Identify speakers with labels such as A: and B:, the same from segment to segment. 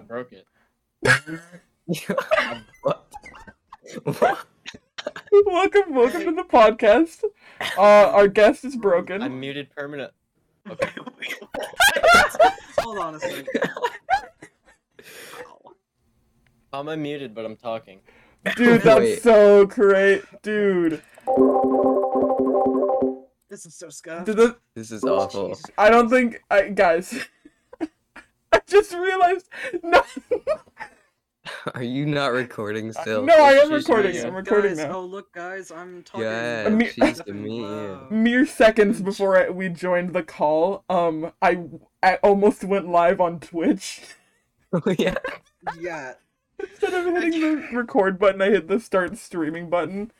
A: broke it.
B: what? what?
C: welcome, welcome to the podcast. Uh, our guest is broken.
B: I'm muted permanent.
D: Hold on a second. Wow.
B: I'm unmuted, but I'm talking.
C: Dude, that's
B: Wait.
C: so great, dude.
D: This is so scuffed.
C: Did the,
B: This is awful.
D: Jesus.
C: I don't think, I, guys. I just realized. No,
B: Are you not recording still?
C: Uh, no, I am
A: she's
C: recording.
A: doing
C: I'm
A: it.
C: recording
D: guys,
C: now.
D: Oh look, guys, I'm talking.
B: Yeah,
C: I'm mu-
B: she's the
D: Nothing.
B: me.
D: Wow.
C: Mere seconds before I, we joined the call, um, I I almost went live on Twitch.
B: Oh, yeah.
D: Yeah.
C: Instead of hitting the record button, I hit the start streaming button.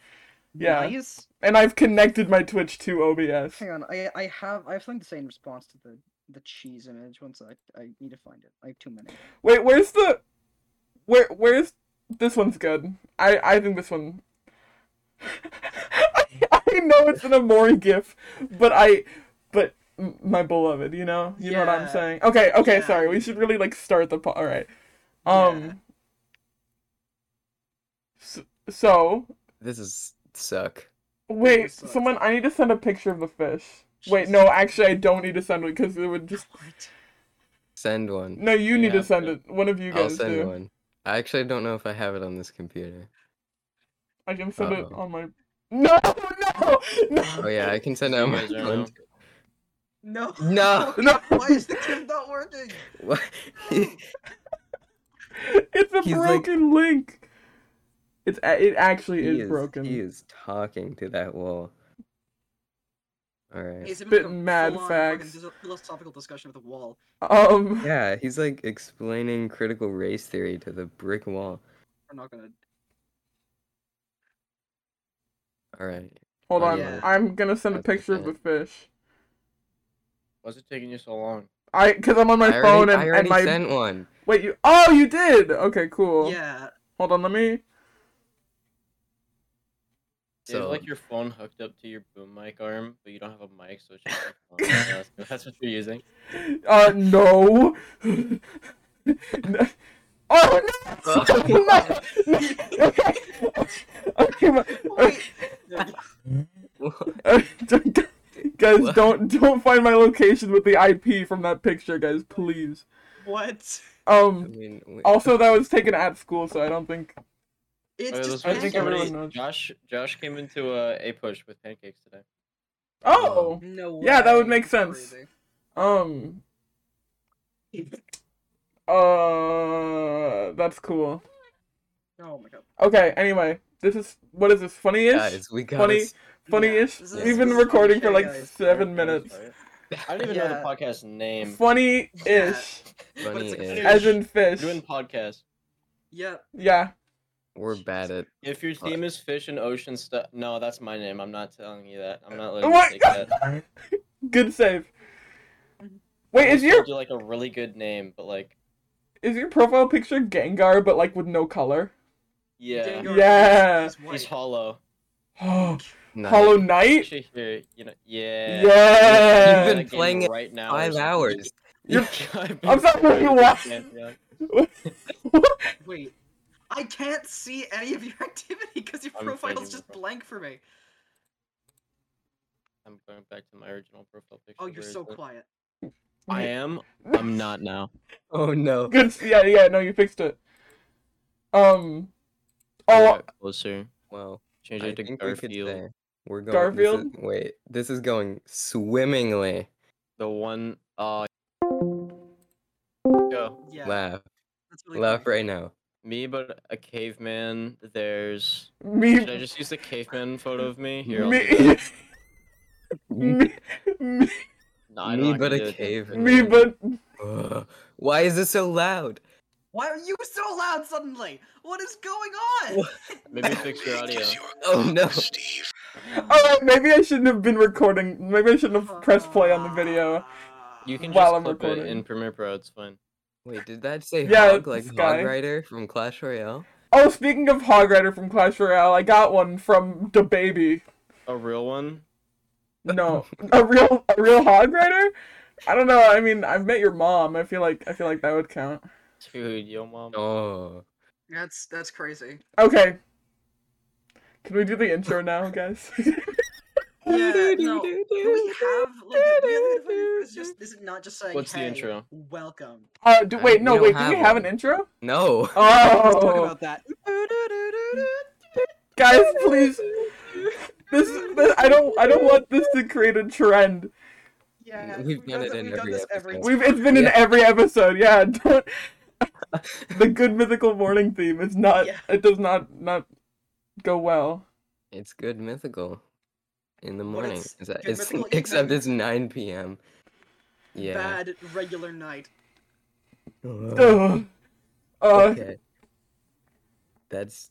C: Yeah,
D: Nice.
C: and I've connected my Twitch to OBS.
D: Hang on, I I have I have something to say in response to the the cheese image. One sec, I need to find it. I have too many.
C: Wait, where's the where where's this one's good. I I think this one I, I know it's an Amori gif, but I but m- my beloved, you know? You know what I'm
D: Yeah.
C: saying? Okay, okay,
D: Yeah.
C: sorry. We should really like start the po- all right. Um
D: Yeah.
C: s- so
B: This is suck.
C: wait,
D: sucks.
C: someone I need to send a picture of the fish. Wait, no, actually I don't need to send it cuz it would just
D: What?
B: Send one.
C: No, you need
A: Yeah,
C: to send
A: but-
C: it. One of you
B: I'll
C: guys
B: send
C: do.
B: one. I actually don't know if I have it on this computer.
C: I can send it
B: Uh-oh.
C: on my. No, no,
B: Oh
C: no,
B: yeah, I can send it
A: You
B: on my
A: guys are now.
B: phone.
D: No.
B: No.
C: no!
D: Why is the cam not working?
B: What?
C: It's a
B: He's like-
C: broken link. It's a- it actually
B: he
C: is,
B: is
C: broken.
B: He is talking to that wall. All right.
D: He's
C: Spit mad facts.
D: Philosophical discussion with the wall.
C: Um,
B: Yeah, he's like explaining critical race theory to the brick wall.
D: We're not gonna.
B: All right.
C: hold
B: Oh,
C: on.
D: yeah.
C: I'm gonna send a
B: That's the
C: picture of the
B: thing.
C: fish.
A: Why's it taking you so long?
C: I, cause I'm on my
B: I
C: phone
B: already, I
C: and,
B: already
C: and my
B: sent one.
C: wait you. Oh, you did. Okay, cool.
D: Yeah.
C: Hold on, let me.
A: So,
B: So
A: like your phone hooked up to your boom mic arm, but you don't have a mic, so it's just your phone. That's- That's what you're using.
C: Uh, no. No. Oh no! no. no. Okay. Okay. my-
D: Wait.
C: Uh, don't- don't- guys,
B: What?
C: don't don't find my location with the IP from that picture, guys, please.
D: what?
B: I
C: Um.
B: mean, we-
C: Also, that was taken at school, so I don't think.
D: It's
A: Oh, yeah,
D: just.
A: that's
C: I
A: right,
C: think
A: somebody-
C: everyone knows.
A: Josh, Josh came into uh, a push with pancakes today.
C: Oh.
D: No.
C: Yeah, that would
D: way.
C: make sense.
D: Crazy.
C: Um. Uh. That's cool.
D: Oh my god.
C: Okay. Anyway, this is what is this? Funny-ish.
B: guys, we got
C: funny-
B: us-
C: Funny-ish.
D: this
B: is-
C: We've
D: this
C: been
D: is
C: recording for
D: okay,
C: like
D: guys.
C: seven minutes.
A: I don't even know
D: Yeah.
A: the podcast name.
C: Funny-ish,
D: But it's
B: Funny
D: like-
B: is-
C: as in
A: We're doing
C: fish.
A: podcast.
D: Yeah.
C: Yeah.
B: We're bad at.
A: If your
B: Pod-
A: theme is fish and ocean stuff, no, that's my name. I'm not telling you that. I'm not letting you
C: What?
A: take that.
C: Good save.
A: I
C: Wait, is
A: almost
C: your
A: told you like a really good name, but like,
C: is your profile picture Gengar but like with no color?
A: yeah,
D: Gengar
C: Yeah.
D: is- is
A: he's
D: white.
A: hollow.
C: Oh,
B: Nice.
C: Hollow Knight.
A: Actually, here, you know, yeah.
C: Yeah.
B: You've been
A: That game
B: playing it
A: right now. or
B: Five
A: something.
B: hours.
C: You're-
A: I've
C: I'm
A: been
C: sorry,
A: playing it
C: what?
A: since then,
D: Wait. I can't see any of your activity because your
A: I'm
D: profile's
A: thinking
D: just
A: about-
D: blank for me.
A: I'm going back to my original profile picture.
D: Oh, you're
A: Where is
D: so
A: it?
D: quiet.
A: I am. I'm not now.
B: Oh no.
C: Good. s- Yeah, yeah. No, you fixed it. Um. Oh,
A: Alright, closer.
B: Wow.
A: Change
B: I
A: it to
B: think we could
A: Garfield.
B: say we're going. this is-
C: Garfield?
B: wait, this is going swimmingly.
A: The one. Uh. Go.
D: Yeah.
B: Laugh,
D: That's really
B: laugh
D: funny.
B: right now.
A: Me, but a caveman. There's. Should I
C: me,
A: just use the caveman photo of me? Here. I'll do that.
C: me,
B: Mm.
C: me, me,
A: No, I
B: me
A: don't
B: but
A: like to
B: a
A: do it.
B: caveman.
C: me, but
B: Ugh, Why is this so loud?
D: Why are you so loud suddenly? What is going on?
B: What?
A: Maybe fix your audio.
B: Oh no.
E: Oh,
C: all right. oh, Maybe I shouldn't have been recording. Maybe I shouldn't have pressed play on the video.
A: You can just
C: While I'm
A: clip it in
C: recording.
A: Premiere Pro. It's fine.
B: Wait, did that say
C: Yeah,
B: hog like
C: this guy.
B: Hog Rider from Clash Royale?
C: Oh, speaking of Hog Rider from Clash Royale, I got one from the baby.
A: A real one.
C: No, a real, a real Hog Rider. I don't know. I mean, I've met your mom. I feel like I feel like that would count.
A: Dude, yo, mom.
B: Oh.
E: That's that's crazy.
C: Okay. Can we do the intro now, guys?
E: Yeah, no. Do we have like do we have anything that's just is it not just like
A: What's the
E: hey,
A: intro?
E: Welcome.
C: uh, do, wait, no,
B: We don't
C: wait. Do we
B: have
C: have an
B: one.
C: intro?
B: No.
D: Let's talk
C: Oh,
D: about that.
C: guys, please. This, this, I don't, I don't want this to create a trend.
E: Yeah,
B: We've done it
E: th-
B: in
E: we've done
B: every
E: this every
B: episode.
C: We've, it's been in
B: Yeah.
C: every episode. Yeah, don't. the good mythical morning theme is not.
E: Yeah.
C: It does not not go well.
B: It's good mythical. In the
E: But
B: morning.
E: it's
B: Is that,
E: good
B: it's,
E: mythical
B: except
E: evening.
B: it's 9 p.m. Yeah.
E: bad regular night.
B: Ugh.
C: Ugh. Uh,
B: okay. That's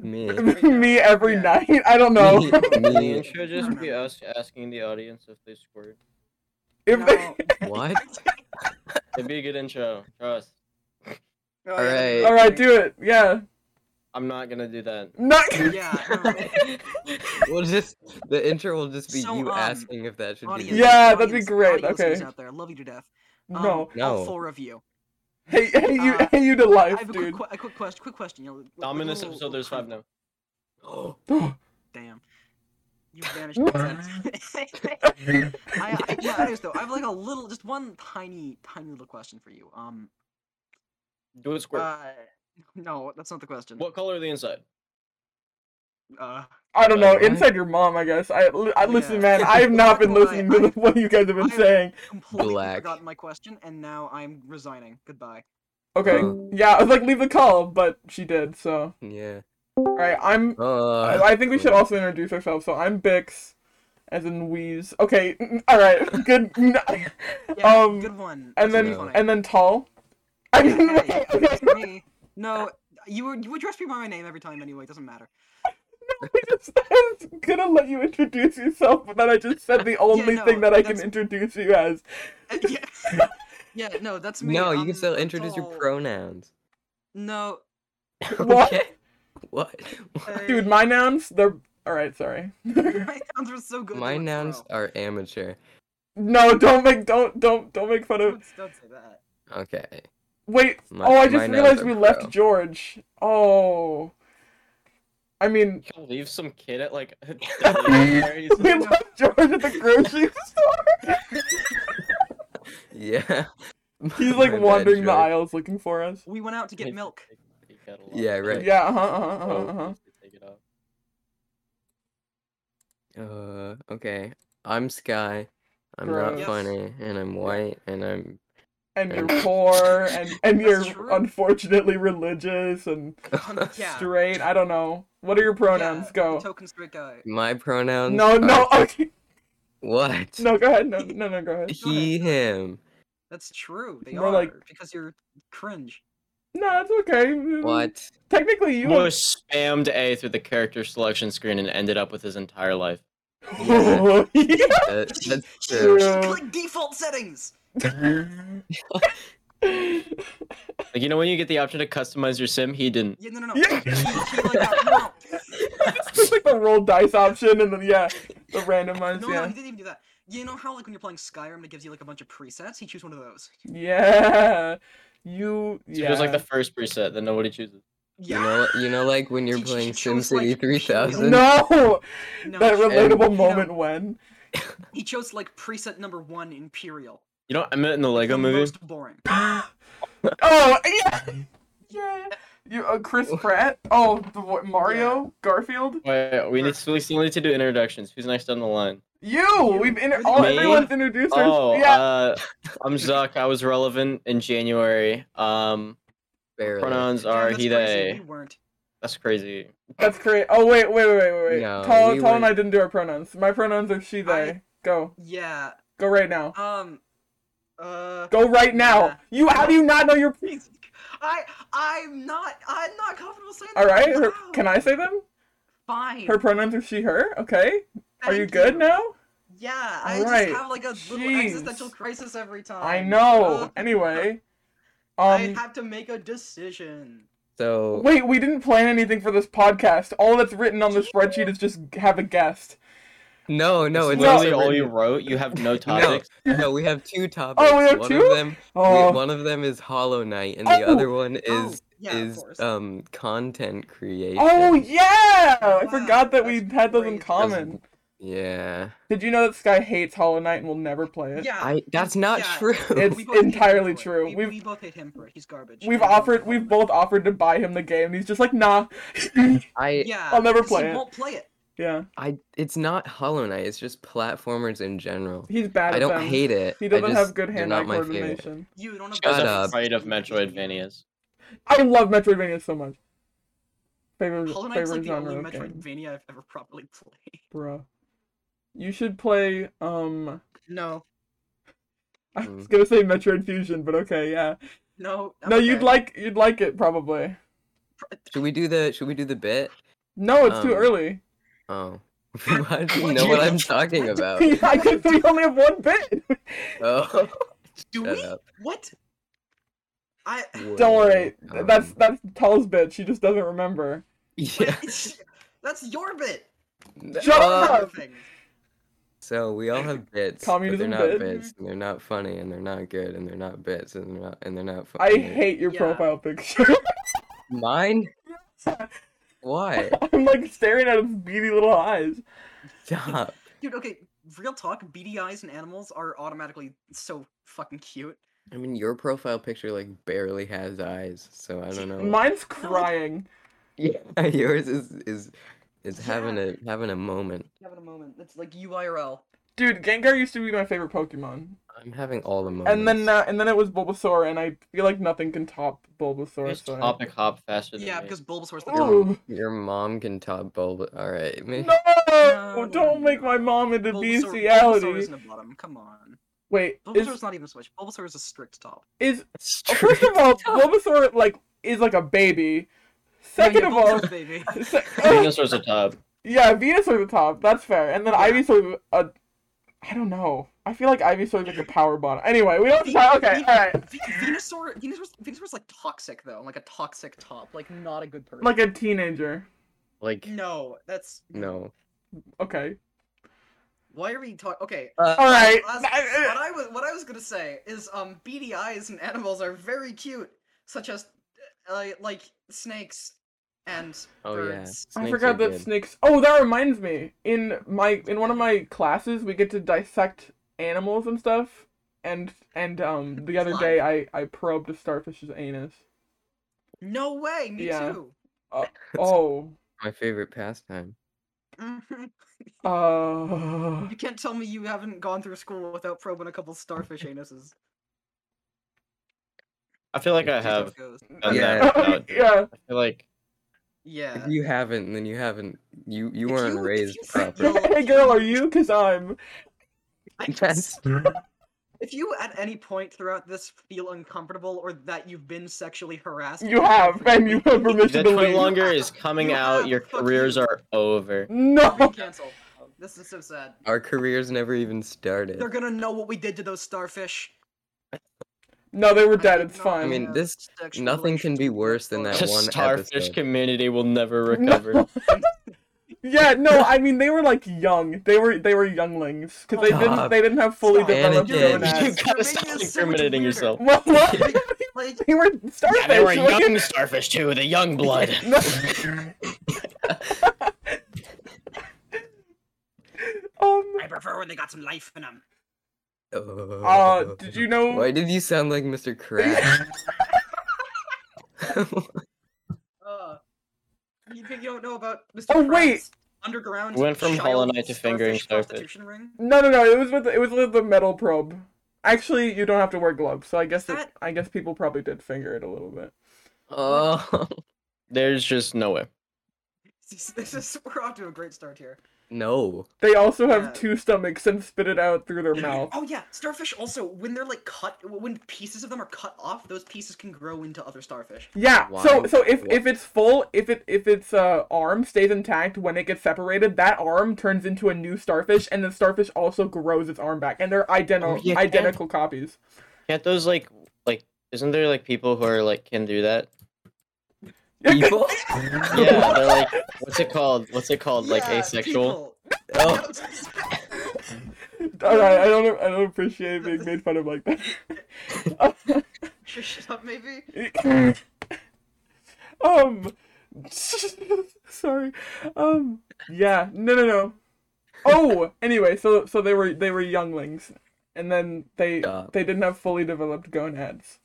B: me.
C: me every
E: Yeah.
C: night. I don't know.
B: Me,
A: The
B: me.
A: intro
E: I
A: just
E: don't
A: be
E: know.
A: us asking the audience if they squirt.
C: If they-
E: No.
B: What?
A: It'd be a good intro. Trust.
E: Oh,
B: All
E: yeah.
B: right.
C: All right, do it. Yeah.
A: I'm not gonna do that.
C: Not.
E: Yeah. no.
B: we'll just the intro will just be
E: So,
B: you
E: um,
B: asking if that should
E: Audience,
B: be.
C: Yeah, that'd be
E: audience-
C: great,
E: audience who's
C: okay.
E: out there, I love you to death. Um,
C: No.
E: All
B: No.
E: four of you.
C: Hey, hey you,
E: Uh,
C: hey you to
E: I
C: life,
E: have a quick,
C: dude.
E: que- a quick question. Quick question. You know, like- like
A: I'm in this
E: little-
A: episode.
E: little
A: There's five
E: curve-
A: now.
B: Oh,
E: Damn. You vanished. in seconds. I, I, yeah, I just though. I have like a little, just one tiny, tiny little question for you. Um,
A: Do it squirt.
E: uh, no, that's not the question.
A: what color are the inside?
E: Uh,
C: I don't know.
B: Alright.
C: Inside your mom, I guess. I, li- I listen,
E: Yeah.
C: man. I have not been
E: Well, I-
C: listening to
E: I-
C: what you guys have been
E: I-
C: saying.
E: completely
B: Black.
E: forgotten my question, and now I'm resigning. Goodbye.
C: Okay.
B: Uh.
C: Yeah, I was like, leave the call, but she did. So,
B: yeah.
C: all right. I'm.
B: Uh,
C: I I think we should also introduce ourselves. So I'm Bix, as in Wheeze. Okay. mm, All right. Good. n-
E: Yeah,
C: Um,
E: good one.
C: and
E: That's
C: then
E: really funny.
C: and then Tall. I
E: Yeah,
C: mean,
E: hey,
C: okay.
E: it's me. No, you were you address me by my name every time anyway. It doesn't matter.
C: I just- I was gonna let you introduce yourself, but then I just said the only
E: no,
C: thing that I can
E: that's-
C: introduce you as.
E: Uh, Yeah, yeah no, that's me.
B: no, you can
E: I'm-
B: still
E: I'm
B: introduce your
E: tall.
B: pronouns.
E: No,
C: What?
B: Okay. What?
E: uh,
C: Dude, my nouns, they're. Alright, sorry.
E: my nouns are so good.
B: My
E: like,
B: nouns
E: bro.
B: are amateur.
C: No, don't make don't don't don't make fun of
E: Don't, don't say that.
B: Okay.
C: Wait.
B: My,
C: oh,
B: my
C: I just
B: nouns
C: realized
B: are
C: we left
B: pro.
C: George. Oh. I mean,
A: You leave some kid at like. a deli where
C: we
A: he's-
C: left George at the grocery store.
B: Yeah.
C: He's
B: My
C: like
B: bad,
C: wandering the
B: George.
C: aisles looking for us.
E: We went out to get
A: Like,
E: milk.
A: they take out a lot.
B: Yeah, right.
C: Yeah, uh-huh, uh-huh,
A: Oh,
C: uh-huh, uh-huh.
A: please take it out.
B: Uh, okay. I'm Sky. I'm not
C: Gross.
B: funny, and I'm white, and I'm
C: And you're
B: Yeah.
C: poor and and you're
E: That's true.
C: unfortunately religious and
E: Um, yeah.
C: straight. I don't know. What are your pronouns?
E: Yeah,
C: Go.
E: Token straight guy.
B: my pronouns.
C: No,
B: are-
C: no, okay.
B: What?
C: No, go ahead. No, no, no, go ahead.
B: He, him.
E: That's true. They
C: More
E: are
C: like-
E: because you're cringe.
C: No, it's okay.
B: What?
C: Technically, you.
A: Moore spammed A through the character selection screen and ended up with his entire life.
B: Yeah.
C: Yeah.
B: That, that's
E: She-
B: true.
E: she-
C: True.
E: like default settings.
A: Like you know when you get the option to customize your sim, he didn't.
E: Yeah, no, no, no.
C: Yeah.
E: She- she like that.
C: It's like the roll dice option and then yeah, the randomized
E: No, no, no,
C: yeah.
E: he didn't even do that. You know how like when you're playing Skyrim, it gives you like a bunch of presets. He choose one of those.
C: Yeah. You
A: So
C: yeah.
A: yeah. was like the first preset that nobody chooses.
B: You
E: Yeah.
B: know, you know, like when you're
E: She- she
B: playing
E: chose, like,
B: SimCity
E: she was-
B: 3000.
C: no,
E: No,
C: that
E: he-
C: relatable
E: he-
C: moment when
E: He chose like preset number one Imperial.
A: You know, I met in the
E: Like,
A: Lego
E: the
A: movie.
E: Most boring.
C: oh yeah, yeah. You uh, Chris Pratt? Oh, the, what, Mario Garfield?
A: Wait, we need we still need to do introductions. Who's next on the line?
C: You. We've inter- all
A: Me?
C: everyone's introduced. us-
A: Oh,
C: yeah.
A: uh, I'm Zuck. I was relevant in January. Um,
B: Barely.
A: pronouns
E: Damn,
A: are
E: that's
A: he
E: crazy,
A: they.
E: We weren't.
A: That's crazy.
C: That's great. Oh wait, wait, wait, wait, wait.
B: No,
C: Tall,
B: we
C: Tall, and
B: were-
C: I didn't do our pronouns. My pronouns are she, they.
E: I-
C: Go,
E: Yeah.
C: go right now.
E: Um. Uh.
C: Go right now. You. How do you not know your?
E: I. I'm not. I'm not comfortable saying.
C: All
E: that out
C: right. Her,
E: loud.
C: can I say them?
E: Fine.
C: Her pronouns are she, her. Okay. Are you
E: Thank
C: good now?
E: Yeah. I
C: Alright,
E: just have like a little existential
C: jeez.
E: crisis every time.
C: I know.
E: Uh,
C: Anyway.
E: I
C: Um.
E: have to make a decision.
B: So
C: Wait, we didn't plan anything for this podcast. All that's written on the spreadsheet is just have a guest.
B: No, no, it's
A: literally
B: also
A: all you
B: written-
A: wrote. You have no
B: No.
A: topics.
B: No, we have two topics.
C: Oh, we have
B: one
C: two?
B: Of them,
C: Oh,
B: one of them is Hollow Knight, and the
C: Oh!
B: other one
E: Oh,
B: is
E: yeah, of
B: is
E: course.
B: um content creation.
C: oh yeah! I forgot that we
E: Wow,
C: had those in
E: that's
C: common.
B: yeah.
C: Did you know that this guy hates Hollow Knight and will never play it?
E: yeah,
B: I that's not
E: yeah.
B: true.
C: It's
E: we both hate him
C: entirely
E: for it.
C: true.
E: We,
C: We've-
E: we both hate him for it. He's garbage.
C: We've
E: We both
C: offered,
E: hate
C: we've
E: him for it.
C: both offered to buy him the game, and he's just like, nah.
B: I
E: Yeah,
C: I'll never
E: because
C: play
E: he
C: it.
E: Won't play it.
C: yeah,
B: I it's not Hollow Knight. It's just platformers in general.
C: he's bad.
B: I
C: at
B: don't
C: them.
B: hate it.
C: He
B: I
C: doesn't
B: just,
C: have good
B: they're
C: hand-eye
B: not my favorite.
C: coordination.
E: You don't have.
A: She was
B: Shut up.
A: afraid of Metroidvanias.
C: I love Metroidvania so much. Favorite
E: Hollow
C: favorite
E: Knight's like the
C: genre
E: only
C: of game,
E: Metroidvania I've ever properly played.
C: bro. You should play. Um,
E: No,
C: I was
B: Mm.
C: gonna say Metroid Fusion, but okay, yeah.
E: no.
C: No, you'd
E: okay.
C: like you'd like it probably.
B: Should we do the Should we do the bit?
C: No, it's too
B: Um,
C: early.
B: Oh, why do you know what I'm talking about?
C: I could we only have one bit.
B: Oh,
E: Do
B: shut
E: we?
B: up.
E: What? I.
C: Don't worry.
B: Um,
C: That's that's Tall's bit. She just doesn't remember.
B: yeah.
E: It's, that's your bit.
B: Uh,
C: Shut up!
E: Thing.
B: So we all have bits, but they're
C: Communism
B: not
C: bit.
B: bits, and they're not funny, and they're not good, and they're not bits, and they're not and they're not
C: I
B: funny.
C: hate your
E: Yeah.
C: profile picture.
B: mine. Why?
C: I'm like staring at his beady little eyes.
B: Stop.
E: Dude, okay. Real talk. Beady eyes and animals are automatically so fucking cute.
B: I mean, your profile picture like barely has eyes, so I don't know.
C: Mine's crying.
B: Yeah, yours is is is having
E: Yeah.
B: a having a moment.
E: Having a moment. That's like UIRL.
C: Dude, Gengar used to be my favorite Pokemon.
B: I'm having all the moments.
C: And then uh, and then it was Bulbasaur, and I feel like nothing can top
A: You
C: Bulbasaur.
A: just
C: So I-
A: topic hop faster than
E: Yeah,
A: me.
E: because Bulbasaur's the
B: Ooh.
E: top.
C: Ooh.
B: your mom can top Bulba. All right, maybe.
C: No!
E: No,
C: Don't make my mom into
E: Bulbasaur, Bulbasaur
C: bestiality.
E: isn't a bottom. Come on.
C: Wait, is,
E: Bulbasaur's not even a switch. Bulbasaur is a strict top.
C: is oh, first of all, Bulbasaur like is like a baby. Second
E: Yeah,
C: of all,
E: Bulbasaur's a baby.
C: se-
E: oh.
A: Venusaur's a tub.
C: yeah, Venus are the top. That's fair. And then
E: Yeah.
C: Ivysaur, uh, I don't know. I feel like Ivysaur is like a power bottom. Anyway, we don't. Talk- Oh, okay, all right.
E: Ve- Venusaur, Venusaur's, Venusaur's like toxic though, like a toxic top, like not a good person.
C: Like a teenager.
B: Like
E: no, that's
B: no.
C: Okay.
E: Why are we talking? Okay,
C: All right.
E: last- what I was what I was gonna say is um beady eyes and animals are very cute, such as uh, like snakes and
B: Oh, yeah.
E: birds.
C: I
B: Snakes
C: forgot
B: are
C: that
B: good.
C: snakes. Oh, that reminds me. In my in one of my classes, we get to dissect animals and stuff. And and um, the other
E: What?
C: day, I I probed a starfish's anus.
E: No way, me
C: Yeah.
E: too.
C: Oh,
B: My favorite pastime.
E: Mhm.
C: uh,
E: You can't tell me you haven't gone through school without probing a couple starfish anuses.
A: I feel like I
E: Just how
A: have.
E: it goes.
A: done
B: Yeah.
A: that without doing it.
C: yeah.
A: I feel like
E: Yeah.
B: If you haven't, then you haven't. You you
E: If
B: weren't
E: you- if
B: raised
E: you said
B: properly.
E: no-
C: Hey, girl, are you? Cause I'm.
E: I
B: That's-
C: Mm-hmm.
E: If you at any point throughout this feel uncomfortable or that you've been sexually harassed,
C: You have, and you have
A: the
C: permission to
A: twin
C: leave.
A: longer is coming
E: You
A: out.
E: have-
A: Your
E: fuck
A: careers
E: you.
A: are over.
C: No.
E: cancel. This is so sad.
B: Our careers never even started.
E: They're gonna know what we did to those starfish.
C: No, they were
E: I
C: dead.
E: did
C: It's
E: not
C: fine.
B: I mean,
E: have
B: this-
E: sexual
B: Nothing can
E: relations
B: be
E: with
B: worse than that
A: The
B: one
A: starfish
B: episode.
A: community will never recover.
C: yeah, no. I mean, they were like young. They were they were younglings because they didn't
B: Stop.
C: they didn't have fully
E: Stop.
C: developed
B: Anakin.
A: you
C: gonads.
A: gotta
E: You're
A: stop
E: making this so much
A: incriminating
E: weirder.
A: yourself.
C: Well, what?
E: Like,
C: They were starfish.
A: Yeah, they were
C: look at-
A: young starfish too. The young blood.
C: No. um.
E: I prefer when they got some life in them.
C: Uh. Did you know?
B: Oh. Why did you sound like Mr. Krabs?
E: Uh, you think you don't know about Mr.
C: Oh,
E: Krabs'
C: wait.
E: Underground.
A: Went from Hollow
E: child
A: Knight to fingering starfish.
E: prostitution ring.
C: No, no, no. It was with it was with the metal probe. Actually, you don't have to wear gloves, so I guess it,
E: That-
C: I guess people probably did finger it a little bit.
B: oh
A: There's just no way.
E: This is- This is we're off to a great start here.
B: no!
C: They also have
E: Yeah.
C: two stomachs and spit it out through their mouth.
E: Oh yeah, starfish also when they're like cut when pieces of them are cut off, those pieces can grow into other starfish.
C: Yeah.
B: Why-
C: So so if
B: why-
C: if it's full, if it if its uh, arm stays intact when it gets separated, that arm turns into a new starfish, and the starfish also grows its arm back, and they're identical
A: Oh, yeah, that-
C: identical copies.
A: Can't those like like? Isn't there like people who are like can do that?
B: People?
A: Yeah, they're like, what's it called? What's it called? like
E: Yeah,
A: asexual.
E: people.
B: Oh,
C: Alright, I don't I don't appreciate being made fun of like
E: Shut up, maybe.
C: that. um sorry. Um yeah, no no no. Oh, anyway, so so they were they were younglings and then they
B: Yeah.
C: they didn't have fully developed gonads.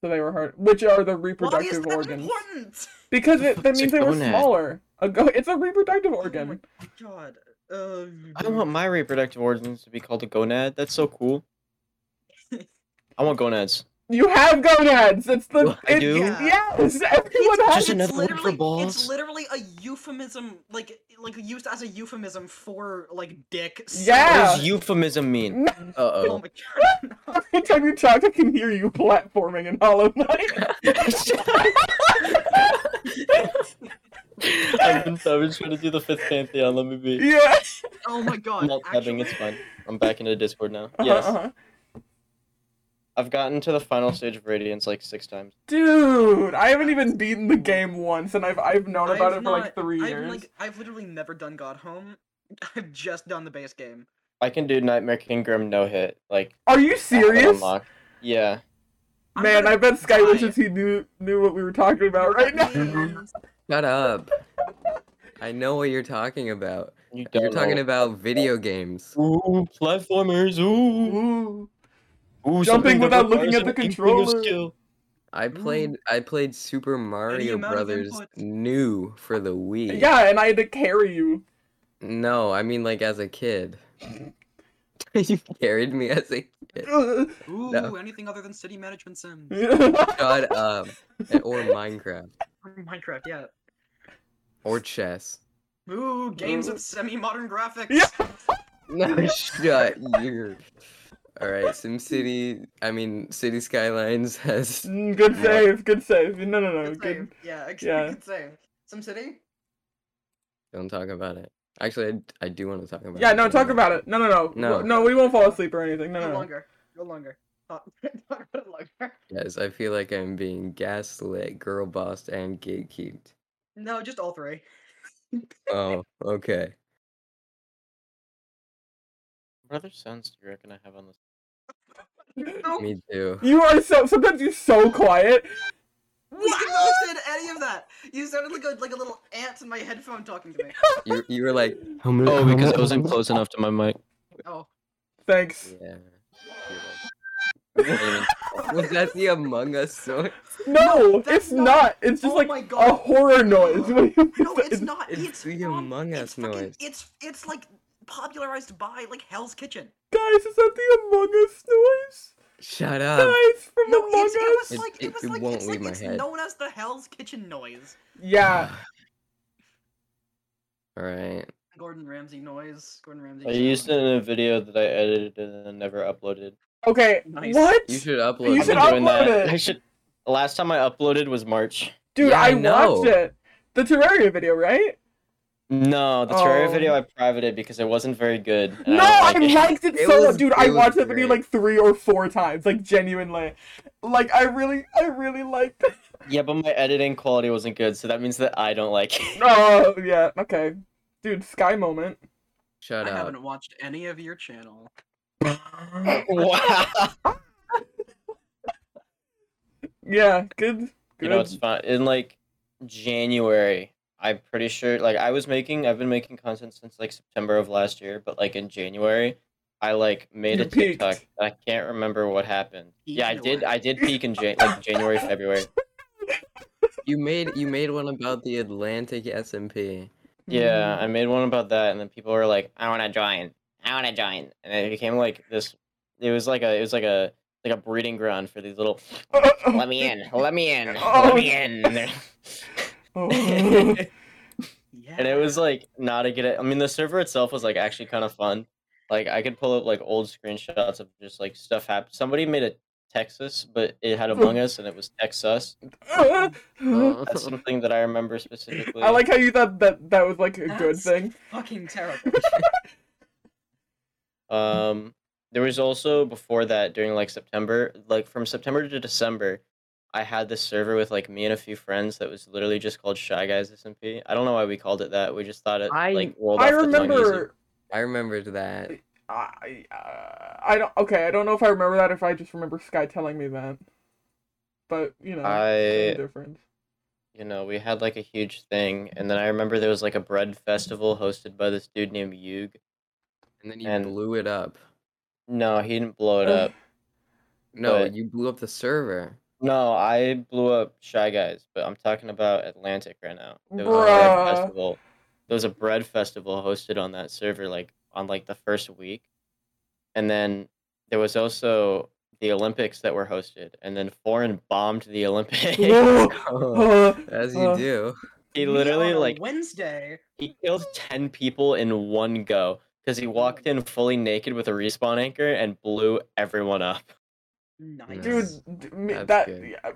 C: So they were hard, which are the
E: Why is
C: reproductive
E: that
C: organs.
E: important?
C: Because it, that
A: Fuck's a
C: means they were
A: gonad?
C: smaller. A go- it's a reproductive
E: Oh my
C: organ.
E: god. Uh,
A: I want my reproductive organs to be called a gonad. That's so cool. I want gonads.
C: You have gonads. It's the
A: I
C: it-
A: do?
C: Yes, everyone
E: It's-
C: has.
A: Just
E: it's
A: another word for
E: literally-
A: balls?
E: It's literally a euphemism, like like used as a euphemism for like dick. so-
C: Yeah.
A: What does euphemism mean?
C: No.
A: Uh oh.
E: Oh my god.
C: Every time you talk, I can hear you platforming in Hollow Knight.
A: I've been, I've been trying to do the fifth pantheon. Let me be.
C: yeah.
E: Oh my
A: I'm
E: god.
A: not tabbing. It's fine. I'm back into Discord now.
C: Uh-huh,
A: Yes,
C: uh-huh.
A: I've gotten to the final stage of Radiance like six times.
C: Dude, I haven't even beaten the game once, and I've I've known about
E: I've
C: it for like
E: not-
C: three
E: I've,
C: years.
E: like, I've literally never done God Home. I've just done the base game.
A: I can do Nightmare Kingdom no hit. Like
C: Are you
A: at
C: serious?
A: unlock. Yeah.
E: I'm
C: Man,
E: gonna
C: I bet Sky
E: die.
C: wishes he knew knew what we were talking about right now.
E: Please.
B: shut up. I know what you're talking about.
A: You don't
B: You're talking
A: know.
B: about video games.
A: Ooh, platformers. Ooh.
C: Ooh.
A: Ooh,
C: Jumping
A: something that
C: without looking
A: requires
C: at the
A: an inkling of
C: controller.
A: skill.
B: I played I played Super Mario
E: Mm. amount of
B: Brothers
E: inputs.
B: new for the Wii.
C: Yeah, and I had to carry you.
B: No, I mean like as a kid. you carried me as a kid.
E: Ooh,
B: No.
E: anything other than city management sims.
B: Shut up. um, eh, Or Minecraft.
E: Minecraft, yeah.
B: Or chess.
E: Ooh, games
C: Ooh.
E: with semi-modern graphics.
C: Yeah.
B: No, shut your. All right, SimCity. I mean, City Skylines has.
C: Mm, good
A: Yeah.
C: save, good save. No, no, no,
E: Good
C: good.
E: save. Yeah, ex-
C: yeah.
E: good save. Some city?
B: Don't talk about it. Actually, I, I do want to talk about.
C: Yeah,
B: it.
C: no, talk about it. No, no, no,
B: No.
C: no, no. We won't fall asleep or anything. No,
E: Go
C: no, no.
E: longer. Go longer. Talk talk about it longer.
B: Yes, I feel like I'm being gaslit, girl bossed, and gatekeeped.
E: No, just all three.
B: Oh, okay.
A: What other sounds do you reckon I have on this?
E: No,
B: Me too.
C: You are so. Sometimes you're so quiet.
E: you didn't understand any of that. You sounded like a, like a little ant in my headphone talking to me.
B: You you were like.
A: Oh, because I wasn't close enough to my mic.
E: Oh,
C: Thanks.
B: Yeah.
A: Amen.
B: Was that the Among Us song?
C: No,
E: that's
C: it's
E: not-
C: not. It's just
E: oh
C: like
E: my
C: a
E: god.
C: horror noise. What do you
E: No,
C: mean?
E: it's not.
B: it's
E: It's,
B: the
E: from-
B: Among
E: it's
B: Us
E: fucking-
B: noise.
E: It's it's like popularized by like Hell's Kitchen.
C: Guys, is that the Among Us noise?
B: Shut up.
C: Guys from
E: No,
C: Among
E: it's, it
C: Us.
E: was
B: It-
E: like it,
B: it-
E: was
B: it
E: like
B: won't
E: it's,
B: leave
E: like,
B: my
E: it's
B: head.
E: known as the Hell's Kitchen noise,
C: Yeah.
B: All right.
E: Gordon Ramsay noise, Gordon Ramsay.
A: I
E: sound.
A: used it in a video that I edited and then never uploaded.
C: Okay.
E: Nice.
C: What?
B: You should upload.
C: You
A: I've been
B: it.
C: should
A: doing
C: upload
A: that.
C: it.
A: I should. Last time I uploaded was March.
C: Dude,
B: Yeah, I
C: I,
B: know.
C: watched it. The Terraria video, right?
A: No, the Terraria
C: Oh.
A: video I privated because it wasn't very good. and
C: no,
A: I
C: I,
A: don't like it.
C: liked it,
B: Uh, It
C: so
B: was-
C: much, dude.
B: it
C: I
B: was
C: watched that video
B: great.
C: like three or four times, like genuinely. Like I really, I really liked it.
A: Yeah, but my editing quality wasn't good, so that means that I don't like it.
C: Oh yeah, okay, dude. Sky moment.
B: Shut
E: I
B: up.
E: haven't watched any of your channel.
A: wow.
C: Yeah, good. Good.
A: You know, it's fun. In like January, I'm pretty sure. Like, I was making, I've been making content since like September of last year, but like in January, I like made
C: You
A: a TikTok.
C: peaked.
A: And I can't remember what happened.
E: Peaked
A: yeah, I
E: in a
A: did.
E: way.
A: I did peak in Jan- like January, February.
C: Mm-hmm.
B: You made you made one about the Atlantic SMP.
A: Yeah, I made one about that, and then people were like, "I want to join. I want to join," and it became like this. It was like a. It was like a like a breeding ground for these little. Let me in. Let me in. Let me in. And they're-
C: Oh.
E: Yeah.
A: and it was like not a good e, i mean the server itself was like actually kind of fun like i could pull up like old screenshots of just like stuff happened somebody made a texas but it had among us and it was texas
C: Mm-hmm.
B: Oh.
A: that's something that i remember specifically
C: I like how you thought that that was like a good
E: That's-
C: thing.
E: fucking terrible.
A: um there was also before that during like september like from september to december i had this server with like me and a few friends that was literally just called shy guys smp i don't know why we called it that we just thought it
B: I-
A: like rolled
C: I
A: off the tongue easy.
C: remember
B: I remembered that.
C: I uh, I don't. Okay, I don't know if I remember that. If I just remember Sky telling me that, but you know,
A: I-
C: difference.
A: you know, we had like a huge thing, and then I remember there was like a bread festival hosted by this dude named Yug.
B: And then you
A: And-
B: blew it up.
A: No, he didn't blow it
C: Uh,
A: up.
B: No,
A: But-
B: you blew up the server.
A: No, I blew up Shy Guys, but I'm talking about Atlantic right now. There was a
C: Bruh.
A: bread festival. There was a bread festival hosted on that server, like on like the first week, and then there was also the Olympics that were hosted, and then Foreign bombed the Olympics.
C: Whoa,
A: Oh.
C: uh,
B: As you
C: uh,
B: do.
A: he
E: Me on
A: literally
E: a
A: like
E: Wednesday.
A: he killed 10 people in one go because he walked in fully naked with a respawn anchor and blew everyone up.
E: Nice.
C: dude,
B: Yes.
C: d- me,
B: That's
C: that.
B: good.
C: Yeah,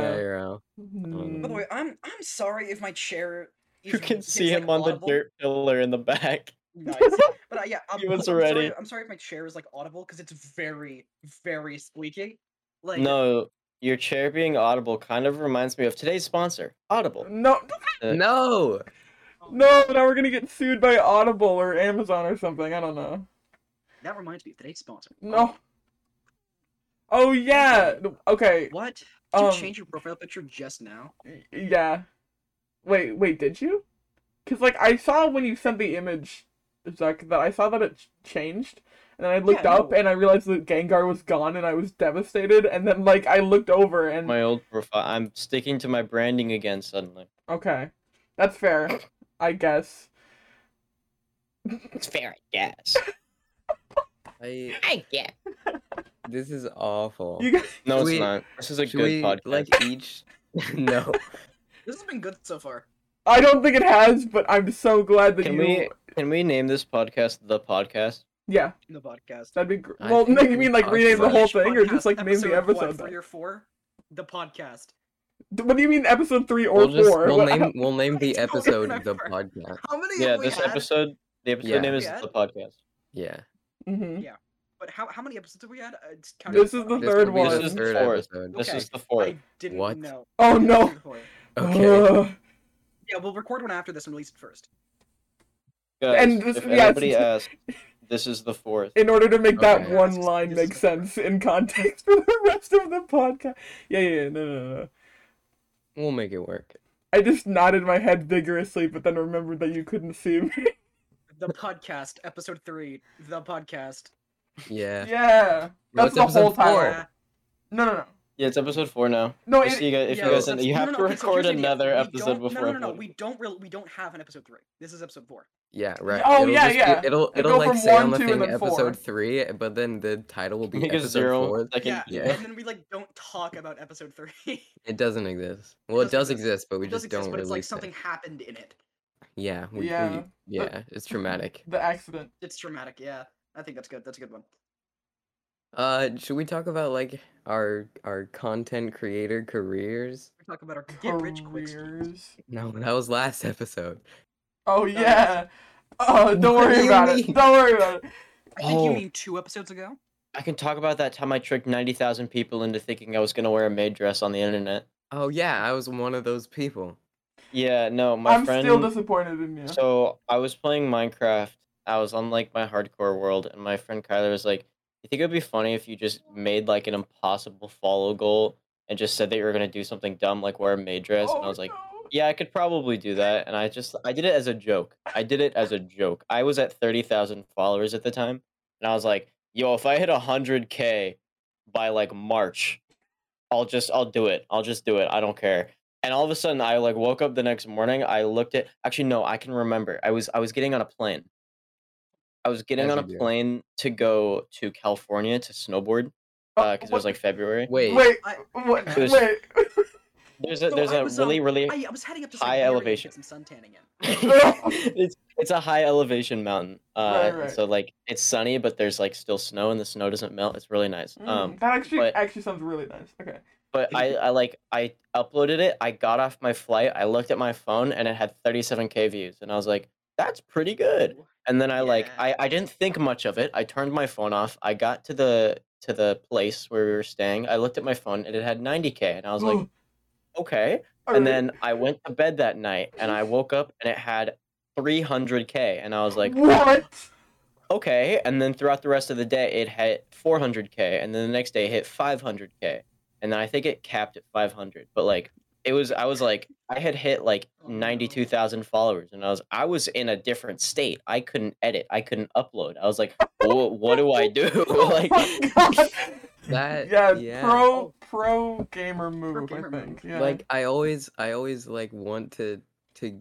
B: Yeah. Nero.
E: By the
C: mm,
E: way, I'm I'm sorry if my chair.
A: You
E: is-
A: can
E: it's,
A: see
E: like,
A: him on the
E: audible.
A: dirt pillar in the back.
E: Nice. But uh, yeah, um,
A: He was
E: I'm sorry-
A: ready.
E: I'm sorry if my chair is like audible because it's very very squeaky. Like
A: No, your chair being audible kind of reminds me of today's sponsor, Audible.
E: Mm.
C: no,
A: Uh,
B: No.
C: no. Now we're gonna get sued by Audible or Amazon or something. I don't know.
E: That reminds me of today's sponsor. Um,
C: No. Oh yeah. Okay.
E: What? Did you
C: Um.
E: change your profile picture just now?
C: y- Yeah. Wait. Wait. Did you? Cause like I saw when you sent the image, Zach, that I saw that it ch- changed, and then I looked
E: Yeah,
C: up
E: no.
C: and I realized that Gengar was gone, and I was devastated. And then like I looked over and
A: My old profile. I'm sticking to my branding again suddenly.
C: okay, that's fair, I guess.
A: It's fair, I guess.
B: I,
A: I guess.
B: this is awful.
C: You guys.
A: No,
B: Should we-
A: it's not. This is a
B: Should
A: good
B: we,
A: podcast.
B: Like each. no.
E: This has been good so far.
C: I don't think it has, but I'm so glad that
A: Can
C: you.
A: we- Can we name this podcast the podcast?
C: Yeah,
E: In the podcast.
C: that'd be. Gr-
B: I
C: well, no,
B: think
C: you
B: we
C: mean like
B: talked
C: rename the
B: about
C: whole
E: Each
C: thing, or just
E: podcast
C: like name the
E: episode, what,
C: episode?
E: three or four. The podcast.
C: then? What do you mean episode three or
B: We'll just
C: four?
B: we'll
C: What-
B: name we'll name the
E: don't
B: episode the
E: remember.
B: podcast.
E: How many?
A: Yeah,
E: have we
A: this
E: had?
A: episode. The episode
B: Yeah.
A: name is
E: Yeah.
A: the podcast.
B: Yeah.
C: Mhm.
E: But how, how many episodes have we had? Uh, it's counted
C: This
E: as
C: is the
E: five.
B: This
C: third
B: will be the
A: one.
B: third
A: Fourth.
B: episode.
A: This
E: Okay.
A: is the fourth.
E: I didn't
B: What?
E: know.
C: Oh, no.
E: Before.
B: Okay.
C: Ugh.
E: Yeah, we'll record one after this and release it first.
A: Guys,
C: And this-
A: if
C: yeah,
A: anybody
C: it's-
A: asks, this is the fourth.
C: in order to make that
B: Okay.
C: one line make sense in context for the rest of the podcast. Yeah, yeah, yeah, no, no, no.
B: We'll make it work.
C: I just nodded my head vigorously, but then remembered that you couldn't see me.
E: The podcast, episode three. The podcast.
B: Yeah.
C: yeah,
B: No,
C: that's
B: it's
C: the
B: episode
C: whole
B: four.
C: title. No, no, no,
A: Yeah, it's episode four now.
C: no.
A: Just so you
C: It,
A: guys, if
E: Yeah,
A: you
E: well,
A: guys, didn't-
E: that's-
A: you
E: no,
A: have
E: no,
A: to
E: no, okay, so here's
A: record
E: the idea.
A: another
E: We
A: episode
E: don't-
A: before.
E: No, no, no, no.
A: uploading.
E: We don't really. We don't have an episode three. This is episode four.
B: Yeah, right.
C: Oh,
B: it'll
C: yeah,
B: just be-
C: yeah.
B: it'll it'll
C: go
B: like
C: from
B: say on
C: one,
B: the
C: two, and
B: thing
C: then four.
B: episode three, but then the title will be
A: Make a
B: episode
A: zero
B: four.
A: second
E: yeah,
B: yeah.
E: And then we like don't talk about episode three. it
B: It doesn't exist. Well, it,
E: doesn't
B: does
E: exist.
B: exist, but we
E: does
B: just
E: exist,
B: don't
E: but it's
B: release
E: like
B: it.
E: something happened in it.
B: Yeah, we,
C: Yeah.
B: yeah, we, yeah, it's traumatic.
C: the accident.
E: It's dramatic. Yeah, I think that's good. That's a good one.
B: Uh, should we talk about like our our content creator careers?
E: We talk about our get rich quick. schemes.
C: Careers.
B: No, that was last episode.
C: Oh
E: yes.
C: yeah. Oh, don't
B: What do
C: worry
B: you
C: about
B: mean?
C: it. Don't worry about it.
E: I think you
A: Oh.
E: mean two episodes ago.
A: I can talk about that time I tricked ninety thousand people into thinking I was gonna wear a maid dress on the internet.
B: Oh yeah, I was one of those people.
A: Yeah, no, my
C: I'm
A: friend.
C: still disappointed in you.
A: So I was playing Minecraft. I was on like my hardcore world, and my friend Kyler was like, "You think it'd be funny if you just made like an impossible follow goal and just said that you were gonna do something dumb, like wear a maid dress?"
C: oh,
A: and I was like,
C: no.
A: "Yeah, I could probably do that." And I just I did it as a joke. I did it as a joke. I was at thirty thousand followers at the time, and I was like, "Yo, if I hit hundred k by like March, I'll just I'll do it. I'll just do it. I don't care." and all of a sudden i like woke up the next morning i looked at actually no i can remember i was i was getting on a plane i was getting
B: As
A: on a
B: you do.
A: plane to go to california to snowboard
C: Oh,
A: because it was
C: what-
A: like february
B: Wait,
C: Wait,
E: I-
C: what-
A: It was-
C: wait.
A: there's a
E: So
A: there's
E: I
A: a
E: was,
A: really
E: um,
A: really
E: I, I was heading up to
A: High
E: Siberia to
A: elevation.
E: Get some suntanning in.
A: it's, it's a high elevation mountain uh
C: Right,
A: and
C: right.
A: so like it's sunny but there's like still snow and the snow doesn't melt it's really nice um
C: Mm, that actually
A: but-
C: actually sounds really nice. Okay.
A: but I, I like I uploaded it. I got off my flight. I looked at my phone and it had 37k views, and I was like, "That's pretty good." And then I like
E: Yeah.
A: I, I didn't think much of it. I turned my phone off. I got to the to the place where we were staying. I looked at my phone and it had 90k, and I was like, "Okay."
C: Alright.
A: And then I went to bed that night and I woke up and it had 300k, and I was like,
C: what?
A: okay. And then throughout the rest of the day, it hit 400k, and then the next day it hit 500k, and then I think it capped at 500. But like, it was I was like I had hit like 92,000 followers, and I was I was in a different state. I couldn't edit. I couldn't upload. I was like, "Wha- what do I do? like,
C: oh my god.
B: That
C: Yeah,
B: yeah.
C: pro pro gamer move,
D: gamer
C: I
D: move.
C: think. Yeah.
B: like i always i always like want to to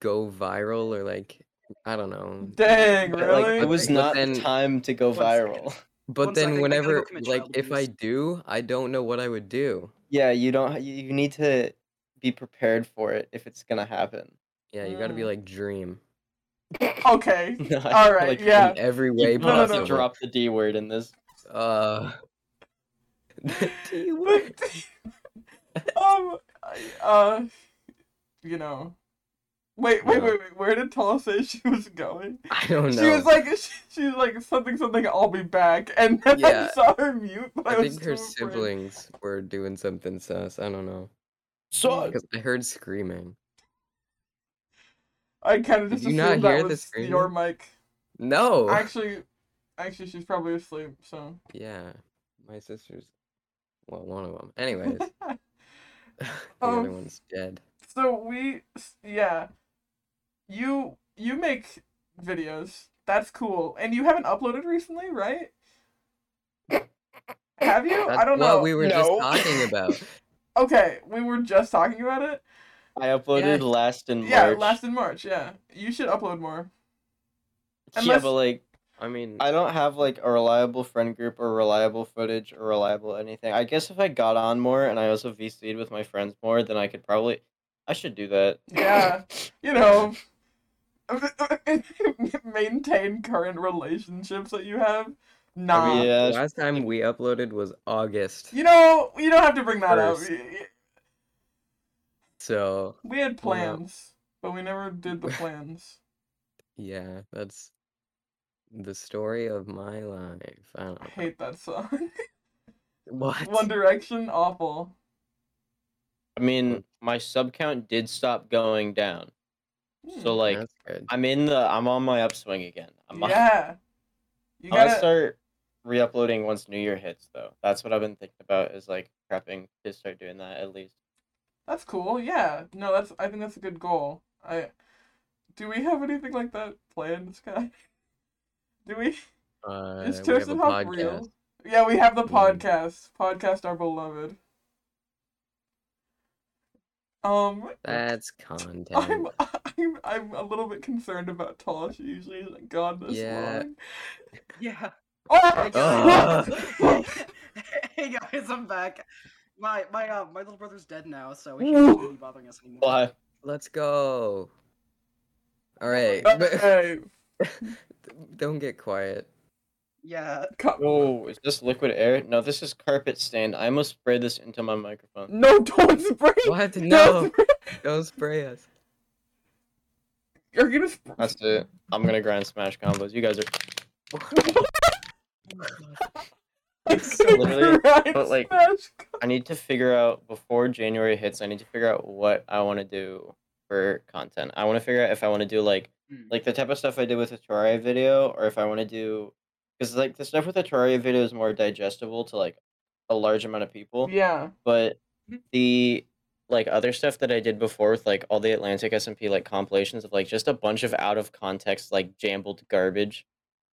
B: go viral or like i don't know
C: Dang,
B: but,
C: really?
B: like,
A: it was
B: But
A: not
B: then-
A: the time to go
D: One second.
A: viral.
B: but
D: One
B: then
D: second, I gotta go
B: whenever
D: commit
B: like
D: child
B: if i
D: abuse.
B: do i don't know what i would do
A: Yeah, you don't. You you need to be prepared for it if it's gonna happen.
B: yeah you gotta be
C: Mm.
B: like dream
C: okay.
A: No, I
C: All
A: feel
C: right,
A: like you
C: yeah.
B: in every
A: keep
B: way
C: no, no,
A: wanting to
B: possible
A: drop the D word in this.
B: uh
C: But- um, I- uh, you know. Wait, wait,
B: No.
C: wait, wait. Where did Tall say she was going?
B: i don't know
C: She was like, she, she was like, something, something. I'll be back. And then I
B: Yeah.
C: saw her mute. But I,
B: i
C: was
B: think her
C: too afraid.
B: siblings were doing something sus i don't know
C: Suck.
B: because i heard screaming
C: I kind of
B: Did
C: just
B: you not
C: assumed
B: hear
C: that
B: the Oh.
C: was
B: screaming?
C: your mic.
B: no
C: Actually, actually, she's probably asleep. So.
B: yeah my sister's well one of them anyways the other
C: Um,
B: one's dead
C: so we s- yeah you you make videos that's cool and you haven't uploaded recently right have you
B: That's
C: Oh, i don't
B: what
C: know
B: we were
A: No.
B: just talking about.
C: okay we were just talking about it
A: I uploaded
B: Yeah.
A: last in
C: yeah
A: March.
C: last in march yeah you should upload more
A: yeah,
C: unless-
A: but like
B: I mean,
A: I don't have like a reliable friend group or reliable footage or reliable anything. I guess if I got on more and I also VC'd with my friends more, then I could probably. I should do that.
C: yeah you know maintain current relationships that you have
B: I
C: nah
B: mean,
A: Yeah,
B: the last time we uploaded was August,
C: you know you don't have to bring that
B: First.
C: up Y- y-
B: so
C: We had
B: Well, no.
C: plans, but we never did the plans.
B: yeah, that's the story of my life. I don't
C: I
B: know.
C: hate that song.
B: What?
C: One Direction, awful.
A: I mean, my sub count did stop going down, so
C: Hmm.
A: like
B: that's good.
A: I'm in the I'm on my upswing again. I'm on-
C: yeah. You
A: I
C: gotta.
A: to start re-uploading once New Year hits, though. That's what I've been thinking about is like prepping to start doing that at least.
C: That's cool. Yeah. No, that's. I think that's a good goal. I. Do we have anything like that planned, Sky? Do we?
B: Uh, we have
C: Is
B: a
C: Joseph Hop
B: podcast.
C: real? Yeah, we have the
A: Hmm.
B: Mm.
C: podcast. Podcast our beloved. Um.
B: That's content.
C: I'm, I'm I'm a little bit concerned about Tosh. She usually isn't gone this
B: Yeah.
C: long.
E: Yeah.
C: Oh,
E: Hey
B: Ah.
E: guys.
A: Oh.
E: hey guys, I'm back. My my uh, my little brother's dead now, so he
C: Ooh.
E: shouldn't be bothering us anymore.
A: Why?
B: Let's go. All right, but
C: okay.
B: don't get quiet.
E: Yeah.
C: Co-
A: Oh, is this liquid air? No, this is carpet stain. I must spray this into my microphone.
C: No, don't spray.
B: What?
C: Don't
B: No,
C: spray-
B: don't spray us.
C: You're gonna. Sp-
A: That's it. I'm gonna grind smash combos. You guys are
C: it's gonna
A: literally-
C: crash
A: but, like-
C: smash.
A: I need to figure out before January hits, I need to figure out what I wanna do for content. I wanna figure out if I wanna do like
E: Mm.
A: like the type of stuff I did with the Terraria video or if I wanna do because like the stuff with the Terraria video is more digestible to like a large amount of people.
C: Yeah.
A: but
C: Mm-hmm.
E: Mhm.
A: the like other stuff that I did before with like all the Atlantic SMP like compilations of like just a bunch of out of context like jambled garbage.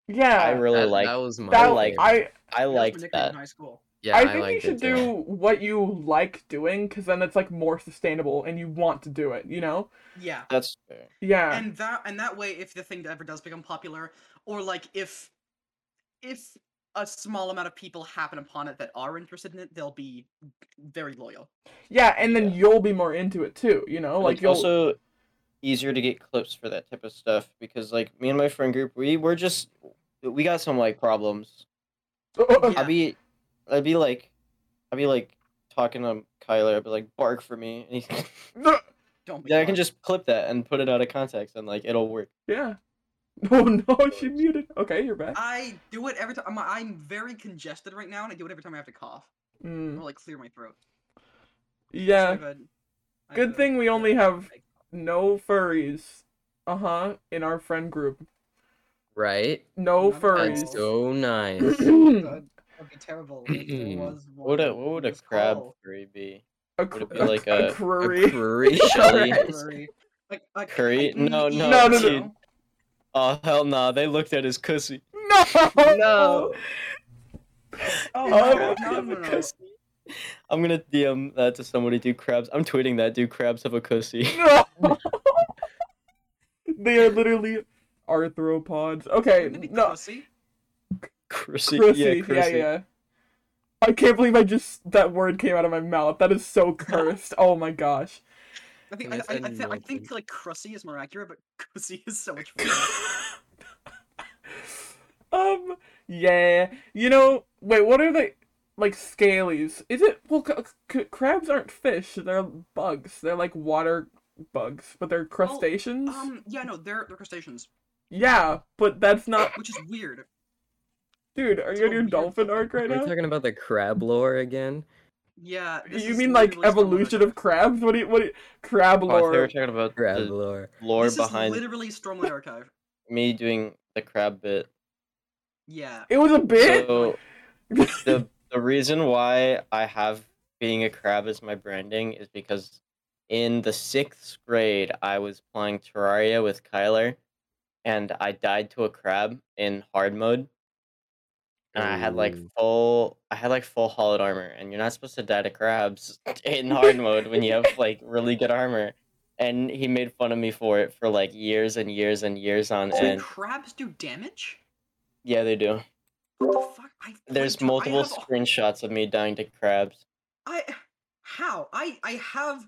C: Yeah.
A: I really
B: That,
A: like
B: that was my.
C: that,
A: like-
B: favorite.
C: I
A: I
E: That was my
A: liked
E: nickname
A: that.
E: In high school.
B: yeah,
C: I think you
B: liked
C: should
B: it, too.
C: do what you like doing, cause then it's like more sustainable, and you want to do it. You know.
E: Yeah.
A: That's fair.
C: Yeah.
E: And that and that way, if the thing ever does become popular, or like if if a small amount of people happen upon it that are interested in it, they'll be very loyal.
C: yeah, and then
A: Yeah.
C: you'll be more into it too. You know, like
A: Like
C: you'll.
A: also easier to get clips for that type of stuff because like me and my friend group we were just we got some like problems.
E: Yeah.
A: I'd be I'd be like I'd be like talking to Kyler, I'd be like bark for me and he's
E: Don't. be
A: Yeah, I can
E: loyal.
A: just clip that and put it out of context and like it'll work.
C: yeah. Oh no, she muted. Okay, you're back.
E: I do it every time. I'm, I'm very congested right now, and I do it every time I have to cough or
A: Mm-hmm.
C: Mm.
E: like clear my throat. So
C: Yeah.
E: I've had- I've
C: Good
E: had a-
C: thing we only have
E: like,
C: no furries uh huh, in our friend group.
B: Right?
C: No
D: That's
C: furries.
B: That's so nice.
C: a
D: That'd that'd be terrible. if there was
A: Hmm. What would a
D: one
A: what would
D: in
A: a
D: this
A: crab
D: hall.
A: furry be?
C: cr-
A: Would it be
C: a-
A: like
C: a
A: a- a
C: curry?
B: Curry.
A: Shelly.
D: Furry.
E: Like, like
A: Curry? No, no,
C: No, no, no.
A: dude. Oh hell no! Nah. They looked at his cussy.
C: No.
D: No.
C: my
E: Oh, no,
C: God.
E: no, no, no, no.
A: Cussy. I'm gonna DM that to somebody. Do crabs? I'm tweeting that. Do crabs have a cussy?
C: No. they are literally arthropods. Okay,
E: Wouldn't it be
C: no.
E: pussy?
A: Cussy.
C: Chrissy.
A: Yeah,
C: Yeah, yeah,
A: cussy.
C: I can't believe I just that word came out of my mouth. That is so cursed. oh my gosh.
E: I think I,
B: That's
E: I, I, th- I
B: annoying.
E: think like crusty is more accurate, but cussy is so much funnier.
C: um. Yeah. You know. Wait. What are they? Like scalies? Is it? Well, c- c- crabs aren't fish. They're bugs. They're like water bugs, but they're crustaceans.
E: Um, yeah, no, they're they're crustaceans,
C: yeah, but that's not.
E: which is weird.
C: Dude, are you on your
E: weird.
C: dolphin arc
B: Are
C: right
B: we
C: now?
B: talking about the crab lore again?
E: Yeah. this
C: You
E: is
C: mean like
E: literally so
C: evolution
E: much-
C: of crabs? What do you? What? Do you, crab
A: Oh, I thought we were
C: lore.
A: talking about
B: Crab
A: the
B: lore.
A: lore
E: this
A: behind
E: is literally Stormlight Archive.
A: me doing the crab bit.
E: Yeah.
C: It was a bit.
A: So the the reason why I have being a crab as my branding is because in the sixth grade I was playing Terraria with Kyler, and I died to a crab in hard mode, and I had like
B: Ooh.
A: full I had like full hollowed armor, and you're not supposed to die to crabs in hard mode when you have like really good armor. And he made fun of me for it for like years and years and years on
E: Oh,
A: end.
E: crabs do damage?
A: Yeah, they do.
E: What the fuck? I played
A: There's
E: Ter- I
A: multiple
E: have a-
A: screenshots of me dying to crabs.
E: I how I I have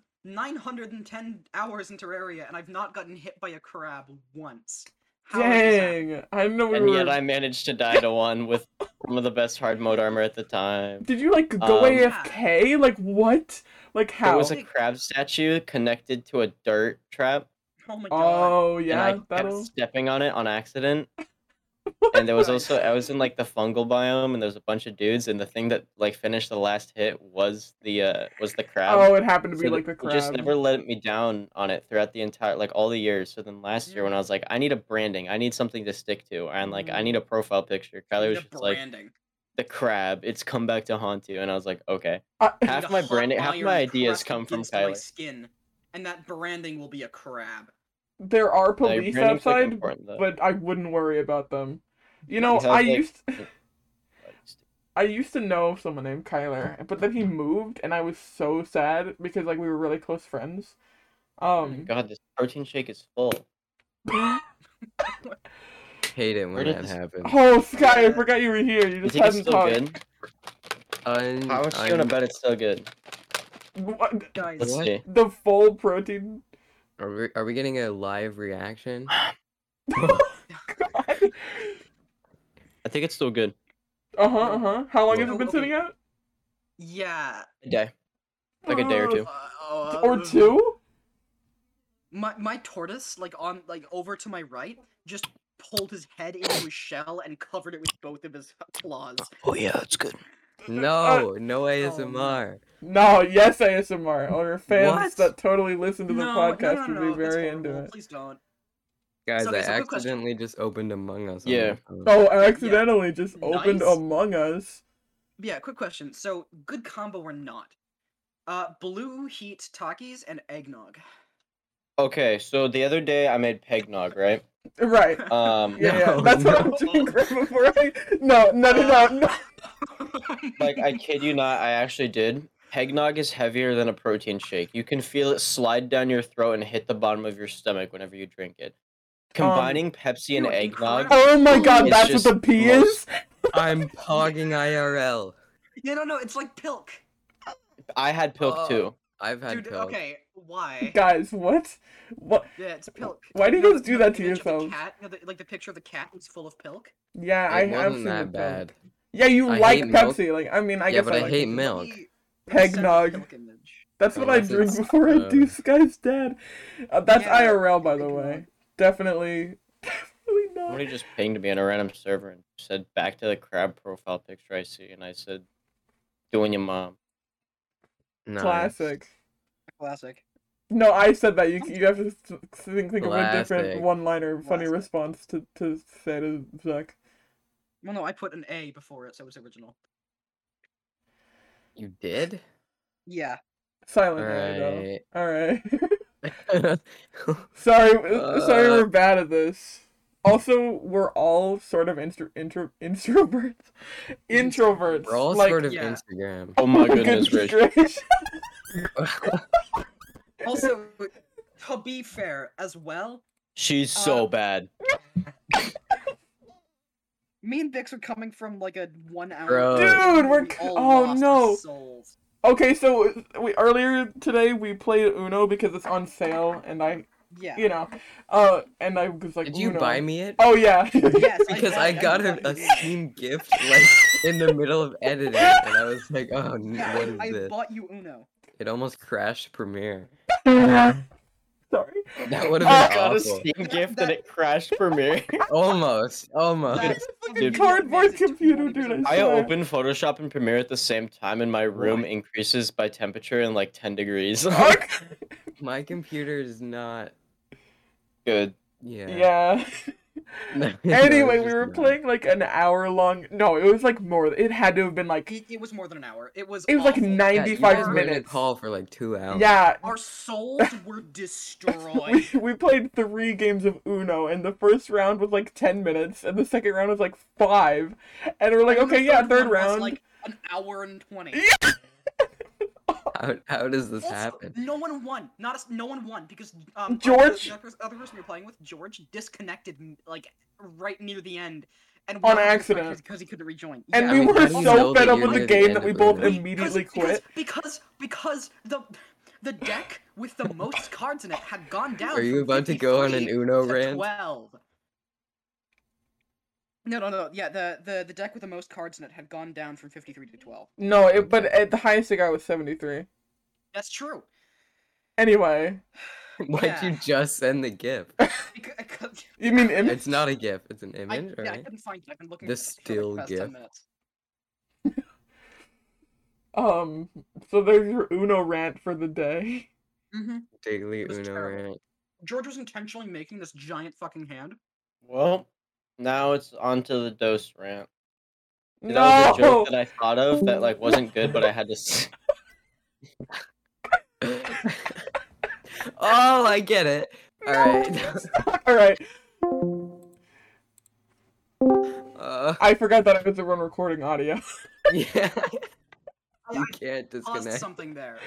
E: 910 hours in Terraria and I've not gotten hit by a crab once. How has this happened?
C: Dang, I know we
A: and
C: were.
A: yet I managed to die to one with some of the best hard mode armor at the time.
C: Did you like go
A: Um,
C: AFK? Like what? Like
A: There
C: how?
A: was a crab statue connected to a dirt trap,
E: Oh my god.
C: oh yeah,
A: and I kept
C: that'll.
A: stepping on it on accident. And there was also I was in like the fungal biome, and there was a bunch of dudes, and the thing that like finished the last hit was the uh was the crab.
C: Oh, it happened to
A: So
C: be
A: th-
C: like the
A: it
C: crab.
A: Just never let me down on it throughout the entire like all the years. So then last year when I was like, I need a branding, I need something to stick to, and like I need
C: Mm.
A: a profile picture.
E: I
A: Kyler
E: need
A: was
E: a
A: just like,
E: branding.
A: the crab, it's come back to haunt you, and I was like, okay.
C: I-
E: I need
A: Half
E: a
A: my
E: hot
A: branding, half
E: iron
A: my ideas
E: pressed
A: come from
E: against my
A: Kyler.
E: skin, and that branding will be a crab.
C: there are
A: No, branding's,
C: police
A: like,
C: outside,
A: important, though.
C: but I wouldn't worry about them. You
A: You
C: know,
A: have,
C: I
A: like-
C: used
A: Like, st-
C: I used to know someone named Kyler, but then he moved, and I was so sad because like we were really close friends.
A: oh my
C: Um,
A: God, this protein shake is full.
B: Hate it
A: Where
B: when
A: did
B: that
A: this-
B: happens.
C: oh Sky, I
E: Yeah.
C: forgot you were here. You
A: You
C: just
A: think it's
C: hadn't
A: still
C: talked.
A: good?
B: Un-
A: How much you gonna
B: un-
A: bet it's still good?
C: What?
D: Guys,
A: Let's
B: What?
A: see.
C: The full protein.
B: Are we, are we getting a live reaction?
C: Uh, Oh God. Uh-huh,
A: I think it's still good.
C: Uh huh. Uh huh. How long has it
E: Oh,
C: been sitting out?
E: Yeah.
A: A day, like a day or two.
E: Uh,
C: Or
E: uh,
C: two?
E: My my tortoise, like on like over to my right, just pulled his head into his shell and covered it with both of his claws.
A: Oh yeah, it's good.
B: No,
C: uh,
B: no ASMR.
C: No. Yes, ASMR. Or fans
B: What?
C: that totally listen to the podcast would be
E: that's
C: very into
E: horrible,
C: it.
E: Please don't.
B: Guys,
E: So, okay,
B: I
E: so quick question.
B: accidentally just opened Among Us. on
A: Yeah.
B: my phone.
C: Oh, I accidentally just opened
E: Nice.
C: Among Us.
E: Yeah, quick question. So, good combo or not? Uh, blue heat Takis and eggnog.
A: Okay, so the other day I made pegnog, right?
C: Right.
A: Um,
C: Yeah, yeah.
B: No,
C: That's what I'm
E: no.
C: doing right before I. No, no, no, no, no.
A: like I kid you not, I actually did. Pegnog is heavier than a protein shake. You can feel it slide down your throat and hit the bottom of your stomach whenever you drink it. Combining Pepsi and
E: Um, you are
A: eggnog,
E: incredible.
C: Oh my god,
A: It's
C: that's what
A: just
C: the P
A: the
C: is?
A: most-
B: I'm pogging IRL.
E: yeah, no, no, it's like pilk.
A: I had pilk
B: Oh.
A: too.
B: I've had
E: Dude,
B: Coke.
E: okay, why?
C: Guys, what? What?
E: Yeah, it's pilk.
C: Why do you
E: No,
C: guys do
E: know the
C: that to
E: image of the
C: yourselves?
E: cat? You know, the- like the picture of the cat is full of pilk.
C: Yeah,
B: It
C: I have
B: wasn't
C: seen
B: that
C: it, though.
B: bad.
C: Yeah, you
B: I
C: like
B: hate milk.
C: Pepsi. Like, I mean, I
B: Yeah,
C: guess
B: but I
C: like
B: hate
C: it.
B: milk.
E: Maybe send the
C: Eggnog.
E: Pilk image.
C: That's what I
B: Unless
C: drink
B: it's,
C: before I do
B: uh,
C: Sky's dad. Uh, that's
E: Yeah,
C: IRL, by the
E: eggnog.
C: way. Definitely, definitely not.
A: Somebody just pinged me on a random server and said, "Back to the crab profile picture I see," and I said, "Doing your mom."
B: Nice.
C: Classic.
E: Classic.
C: No, I said that. You you have to th- think think of a
B: Classic.
C: different one-liner, funny
D: Classic.
C: response to to say to Zach.
E: Well, no, I put an A before it, so it was original.
B: You did?
E: Yeah.
C: Silent A, though.
B: Alright.
C: All right. sorry, sorry,
B: Uh.
C: we're bad at this. Also, we're all sort of instro- intro introverts. Introverts.
B: We're all
C: like,
B: sort of
E: yeah.
B: Instagram.
A: Oh my goodness,
C: goodness
A: Rich.
C: gracious.
E: Also, to be fair, as well,
A: She's
E: Uh,
A: so bad.
E: me and Vix are coming from like a one hour.
B: Bro.
C: Dude, we're
E: We
C: c-
E: all
C: oh,
E: lost our
C: no.
E: souls.
C: Okay, so we earlier today we played Uno because it's on sale, and I,
E: Yeah.
C: you know, uh, and I was like,
B: Did you
C: Uno.
B: buy me it?
C: Oh yeah.
E: Yes,
B: because I got a, a
E: you.
B: Steam gift like in the middle of editing, and I was like, "Oh, n-
E: Yeah,
B: what
E: I-
B: is
E: I
B: this?"
E: bought you Uno.
B: It almost crashed Premiere.
C: Sorry.
B: That would
A: I
B: have been
A: got a
B: awful.
A: Steam gift
E: That-
A: and it crashed Premiere.
B: Almost, almost.
E: That's
C: like a
E: video
C: cardboard
E: makes it
C: computer, dude,
E: 20%.
C: I
A: I
C: swear.
A: opened Photoshop and Premiere at the same time, and my room increases by temperature in like 10 degrees.
B: My computer is not.
A: Good.
B: Yeah.
C: yeah.
B: Yeah.
C: Anyway, we were playing like an hour long. No, it was like more. It had to have been like it
E: It, it was more than an hour. It was.
C: was like
E: awful.
C: ninety-five
E: guys were in a
C: minutes.
B: Call for like two hours.
C: Yeah,
E: Our souls were destroyed.
C: we, we played three games of Uno, and the first round was like ten minutes, and the second round was like five, and we're like,
E: And the
C: okay, yeah,
E: third
C: third
E: one was,
C: round.
E: Like an hour and twenty.
C: Yeah,
B: How, how does this
E: Also,
B: happen?
E: No one won. Not a s no one won because um, the-
C: George-
E: the other, other person we were playing with, George, disconnected m- like right near the end, and
C: On accident.
E: because he couldn't rejoin.
C: and
E: Yeah.
B: I
C: we
B: mean,
C: were
B: how do you
C: so
B: know
C: fed
B: that
C: up
B: you're
C: with the
B: near the
C: game
B: end
C: that
B: of
C: we
B: Uno?
C: both
B: Because-
C: immediately
E: because,
C: quit.
E: because because the the deck with the most cards in it had gone down.
B: Are you
E: from
B: about to go on an
E: 53
B: Uno
E: to
B: rant?
E: Twelve. No, no, no. Yeah, the, the the deck with the most cards in it had gone down from fifty three to twelve.
C: No, it, but at the highest it got was seventy-three.
E: That's true.
C: Anyway,
B: Why'd you
E: yeah.
B: just send the gift?
E: Because- because-
C: you mean
B: It's
C: image?
B: not a gift. It's an
E: I,
B: image,
E: yeah, I
B: right?
E: couldn't find it. I've been looking
B: The
E: for it for
B: still
E: like the past
B: gift.
E: 10 minutes.
C: Um, so there's your Uno rant for the day.
E: Mhm.
B: Daily
E: It was
B: Uno
E: terrible.
B: rant.
E: George was intentionally making this giant fucking hand.
A: Well, now it's on to the dose rant.
C: No.
A: That was a joke that I thought of that like wasn't good, but I had to. s-
B: oh, I get it. All right.
C: All right,
B: Uh,
C: I forgot that it was a run recording audio.
B: yeah.
E: I-
B: You
E: I
B: can't
E: paused
B: disconnect.
E: something there.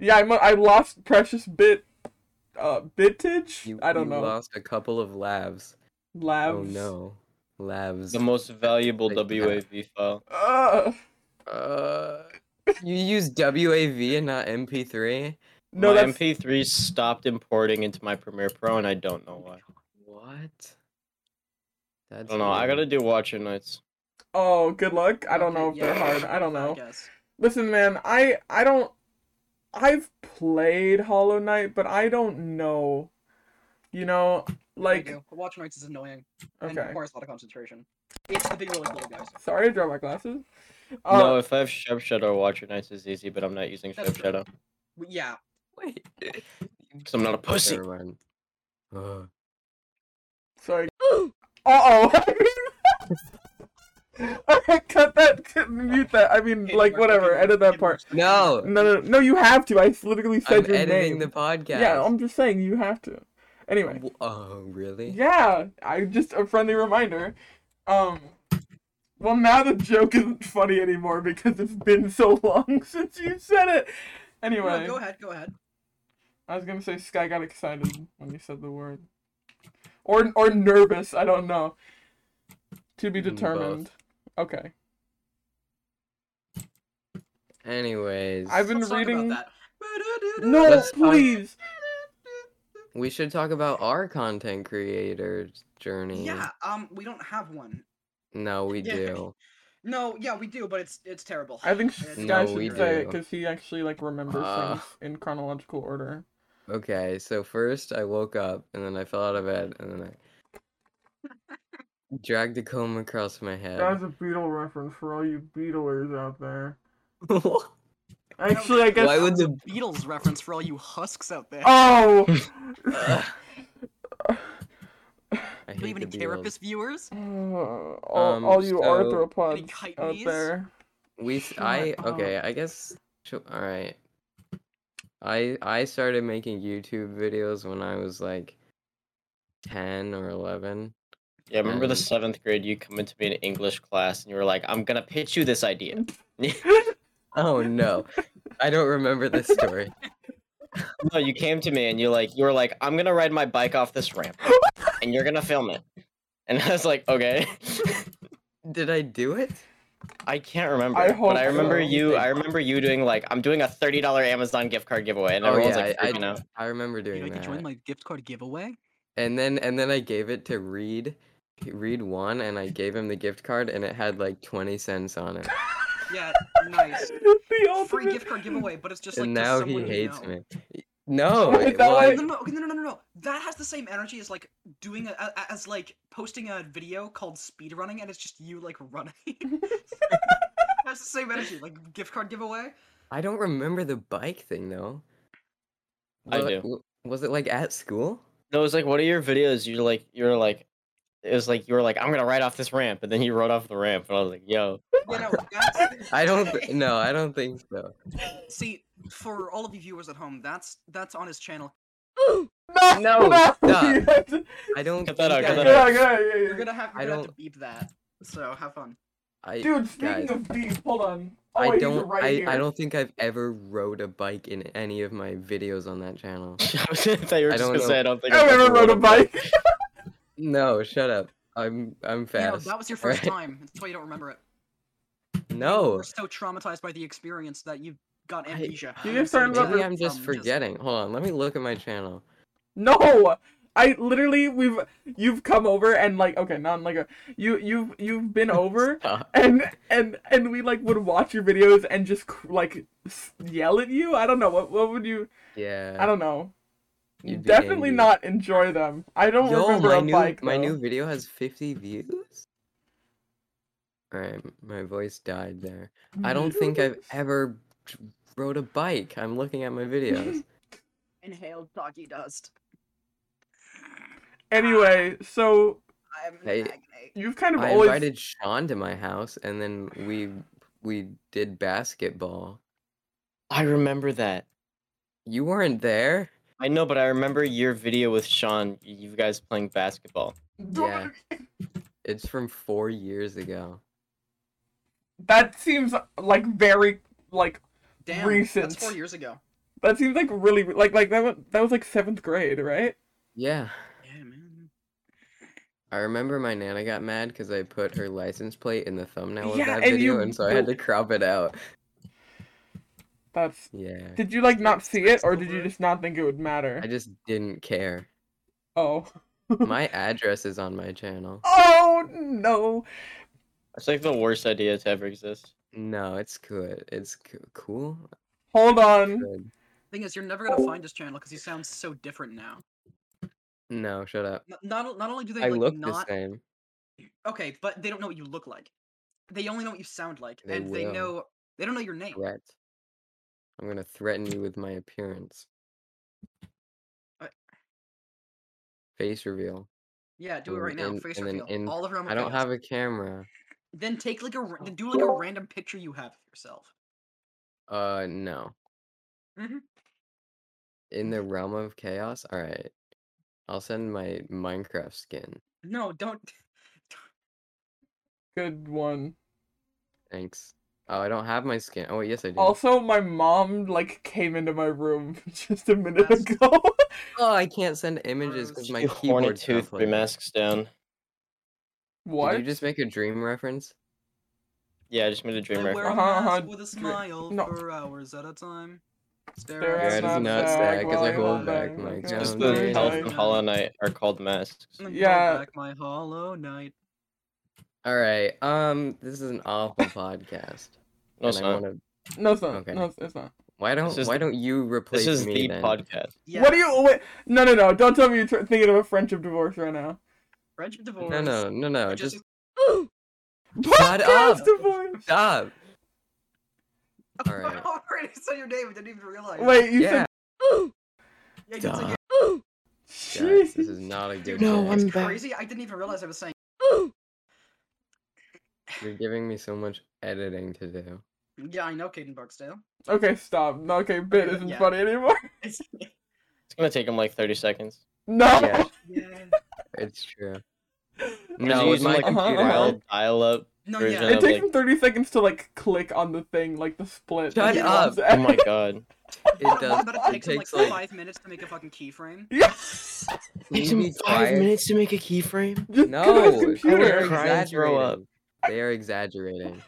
C: Yeah, I'm, I lost precious bit, uh, bitage.
B: You,
C: I don't
B: you
C: know.
B: Lost a couple of labs.
C: Labs.
B: Oh no, labs.
A: The most valuable
B: Like that.
A: WAV file.
C: Uh,
B: uh, you use WAV and not MP3.
C: no,
A: my
C: that's
A: MP3 stopped importing into my Premiere Pro, and I don't know why.
B: What?
A: I
B: That's
A: don't know. I
B: weird.
A: gotta do Watcher Nights.
C: Oh, good luck. I don't
E: Okay,
C: know if they're
E: yeah,
C: hard. I don't know.
E: guess.
C: Listen, man, I I don't. I've played Hollow Knight, but I don't know. You know,
E: Like,
C: like
E: Watch Nights is annoying and
C: okay.
E: requires a lot of concentration. It's the big rolling ball, guys.
C: Sorry, I dropped my glasses. Uh,
A: No, if I have Sharp Shadow, Watcher Nights is easy, but I'm not using
E: That's
A: Sharp
E: true.
A: Shadow
E: W- Yeah,
B: Wait.
A: because I'm not a pussy.
B: Never mind. Ugh.
C: sorry. Uh oh. Cut that. cut- Mute that. I mean,
E: Okay,
C: like
E: Mark, okay,
C: whatever.
E: Mark,
C: Edit that
E: okay,
C: part.
E: Mark, okay, Mark.
B: No,
C: No, no, no. You have to. I literally said
B: I'm
C: your
B: editing
C: name.
B: the podcast.
C: Yeah, I'm just saying you have to. Anyway.
B: W- Oh, really?
C: Yeah, I just a friendly reminder. Um, well, now the joke isn't funny anymore because it's been so long since you said it.
E: No,
C: Anyway,
E: go ahead, go ahead.
C: I was gonna say Sky got excited when you said the word, or or nervous. I don't know. To be
B: Mm, both.
C: determined. Okay.
B: Anyways,
C: I've been
E: Let's talk
C: reading.
E: about that.
C: No,
B: Let's talk-
C: please.
B: we should talk about our content creators journey.
E: Yeah, um, we don't have one.
B: No, we
E: Yeah.
B: do.
E: No, yeah, we do, but it's it's terrible.
C: I think
E: It's-
C: Sky
B: No, we
C: should say it
B: do.
C: because he actually like remembers
B: Ah.
C: things in chronological order.
B: Okay, so first I woke up and then I fell out of bed and then I dragged a comb across my head.
C: a Beatle reference for all you Beatlers out there. Actually, I guess.
B: Why would the
E: Beatles reference for all you husks out there.
C: Oh!
B: Ugh. I
E: Do we
B: hate
E: have
B: the
E: any
B: Beatles.
E: Carapace viewers?
C: Uh, all,
B: Um,
C: all you
B: so-
E: Any
C: arthropods out
E: chitneys?
C: there.
B: We s-
C: Shut
B: I
C: up.
B: okay. I guess all right. I I started making YouTube videos when I was like ten or eleven.
A: Yeah, I remember the
B: And-
A: seventh grade, you come into me in English class and you were like, I'm gonna pitch you this idea.
B: Oh no, I don't remember this story.
A: No, you came to me and you like, you were like, I'm gonna ride my bike off this ramp and you're gonna film it. And I was like, okay.
B: Did I do it?
A: I can't remember,
C: I hope
A: but I remember
C: so.
A: you. I remember you doing like I'm doing a thirty dollar Amazon gift card giveaway, and
B: oh
A: everyone's
B: yeah,
A: like
B: I,
A: freaking
B: I,
A: out.
B: I remember doing
E: You'd like
B: that.
E: to join my gift card giveaway?
B: And then and then I gave it to Reed. Reed won, and I gave him the gift card, and it had like twenty cents on it.
E: Yeah, nice.
C: the
E: Free
C: ultimate-
E: gift card giveaway, but it's just like
B: and
E: to
B: now he
E: someone you
B: hates
E: know.
B: me. No,
C: Is
B: it was-
C: that
E: No,
C: why-
E: no, no, okay, no, no, no, no. That has the same energy as like doing a, a- as like posting a video called speed running, and it's just you like running. That's the same energy, like gift card giveaway.
B: I don't remember the bike thing though.
A: I
B: Wa-
A: do.
B: w- Was it like at school?
A: No, it was like one of your videos. You're like, you're like, it was like you were like, I'm gonna ride off this ramp, and then you rode off the ramp, and I was like, yo,
E: You know, that's,
B: I don't. Th- no, I don't think so.
E: see for all of you viewers at home. That's that's on his channel.
C: No!
B: No,
C: no,
B: stop.
C: you had to-
B: I don't.
A: Cut that
B: think
A: out, cut
B: I-
A: that out.
C: Yeah, yeah, yeah, yeah.
E: You're gonna have,
B: I
E: you're gonna have to
B: don't-
E: beep that. So have fun.
B: I,
C: Dude, speaking
B: guys,
C: of beef, hold on. Oh,
B: I
C: wait, these are
B: don't.
C: Right here.
B: I, I don't think I've ever rode a bike in any of my videos on that channel.
A: I was- I thought you were
B: I
A: just
B: don't
A: gonna say
B: know.
A: I don't think
C: I've
A: ever
C: ever rode a bike.
B: No, shut up. I'm. I'm
E: You know,
B: fast.
E: that was your first
B: Right.
E: time. That's why you don't remember it.
B: No.
E: We're so traumatized by the experience that you got
B: I-
E: amnesia.
C: You
E: from
C: just started
E: something
B: Maybe
E: that
C: remember-
E: happened
B: I'm just
E: from
B: forgetting. Hold on. Let me look at my channel.
C: No, I literally we've you've come over and like okay, not like a you you've you've been over
A: Uh-huh.
B: Stop.
C: and and and we like would watch your videos and just cr- like s- yell at you. I don't know what what would you
B: Yeah.
C: I don't know. You
B: you'd be angry.
C: definitely not enjoy them. I don't
B: Yo,
C: remember
B: my
C: a
B: new
C: bike.
B: my
C: though.
B: new video has 50 views. All right, my voice died there. I don't think I've ever d- rode a bike. I'm looking at my videos.
E: Inhaled doggy dust.
C: Anyway, so
E: I'm in
B: Hey,
E: agony.
C: you've kind of
B: I
C: always
B: invited Sean to my house, and then we we did basketball.
A: I remember that.
B: You weren't there.
A: I know, but I remember your video with Sean. You guys playing basketball.
B: Yeah, it's from four years ago.
C: that seems like very like
E: Damn,
C: recent.
E: that's four years ago.
C: that seems like really like like that was, that was like 7th grade, right?
B: Yeah,
E: Yeah, man.
B: I remember my nana got mad because I put her license plate in the thumbnail of
C: Yeah,
B: that
C: and
B: video,
C: you
B: and so I had to crop it out.
C: That's
B: Yeah,
C: Did you like not see it, or did you
E: Over.
C: just not think it would matter?
B: I just didn't care.
C: Oh.
B: My address is on my channel.
C: Oh no.
A: It's like the worst idea to ever exist.
B: No, it's good. It's c- cool.
C: Hold on.
B: Good.
E: Thing is, you're never gonna find his channel because he sounds so different now.
B: No, shut up.
E: N- Not o- not only do they
B: I
E: like
B: look
E: not
B: the same.
E: okay, but they don't know what you look like. They only know what you sound like,
B: They
E: and they
B: will.
E: know they don't know your name.
B: Threat. I'm gonna threaten you with my appearance.
E: What?
B: Face reveal.
E: Yeah, do it
B: And
E: right now.
B: in-
E: Face
B: and then
E: reveal.
B: in-
E: All of them.
B: I don't have Oh. a camera.
E: Then take like a ra- then do like a random picture you have of yourself.
B: Uh, no.
E: Mhm.
B: In the realm of chaos. All right. I'll send my Minecraft skin.
E: No, don't.
C: Good one.
B: Thanks. Oh, I don't have my skin. Oh, wait, yes, I do.
C: Also, my mom like came into my room just a minute
E: That's-
C: ago.
B: oh, I can't send images because my
A: You horny
B: keyboard's
A: tooth, three
B: halfway down.
A: masks down.
C: what?
B: Did you just make a dream reference?
A: Yeah, I just made a
E: I
A: dream
E: wear a
A: reference.
C: Uh-huh, uh-huh,
E: mask with a
C: dr-
E: smile
C: no.
E: for hours at a time. Stare
C: Stare
E: at
B: Yeah, it
C: at
E: the
B: is
C: my
E: sun
B: not
E: for
B: sad
C: back
B: because I
C: while
E: hours.
B: hold
C: I'm
B: back
C: back,
B: my
C: back
A: Just
B: ground.
A: the
C: down there.
A: Hell
E: Hell's
A: and Hollow Knight are called masks.
E: And hold
C: Yeah.
E: back my Hollow Knight.
B: All right. Um, this is an awful podcast.
A: No, it's
B: and I
A: not.
B: wanna-
C: No, it's not.
B: Okay.
C: No, it's- it's not.
B: Why don't
A: is
B: Why
A: the-
B: don't you replace
A: This is
B: me
A: the
B: then?
A: podcast.
E: Yeah.
C: What do you? Wait, no, no, no! Don't tell me you're tr- thinking of a friendship divorce right now.
E: Friendship divorce.
B: No, no, no, no.
E: Or
B: Just
E: just-
C: Podcast
B: up.
C: divorce.
B: stop. All right.
E: Already said your name, I didn't even realize.
C: Wait, you
B: Yeah.
C: said. Oh,
E: yeah, you can say
B: duh.
E: your-
B: Guys, this is not a
E: Dude,
B: good.
F: No,
B: bit.
F: I'm
E: it's
F: back.
E: crazy. I didn't even realize I was saying.
B: You're giving me so much editing to do.
E: Yeah, I know, Caden Barksdale.
C: Okay, stop. No, okay, bit
E: but
C: isn't
E: yeah.
C: funny anymore.
E: It's-
A: It's gonna take him like thirty seconds.
C: No.
B: Yeah,
E: yeah.
B: it's true.
A: Is
B: No,
A: he
B: with
A: using,
B: my
A: like, a
C: Uh-huh,
B: computer.
C: uh-huh.
B: I'll-
A: Wild dial up.
E: No,
A: Very
E: yeah.
A: general.
C: It takes
A: like-
C: him 30 seconds to like click on the thing, like the split.
B: Shut
C: Yeah.
B: up.
A: Oh my god.
B: It does.
E: But
B: It
E: it takes him like
B: takes, like-
E: five minutes to make a fucking keyframe.
C: Yes.
B: Can
F: Takes
B: you
F: him
B: be
F: five
B: quiet?
F: minutes to make a keyframe.
C: Just
B: No,
C: click on his
B: they are
C: computer.
A: Cry and throw up.
B: exaggerating. They are exaggerating.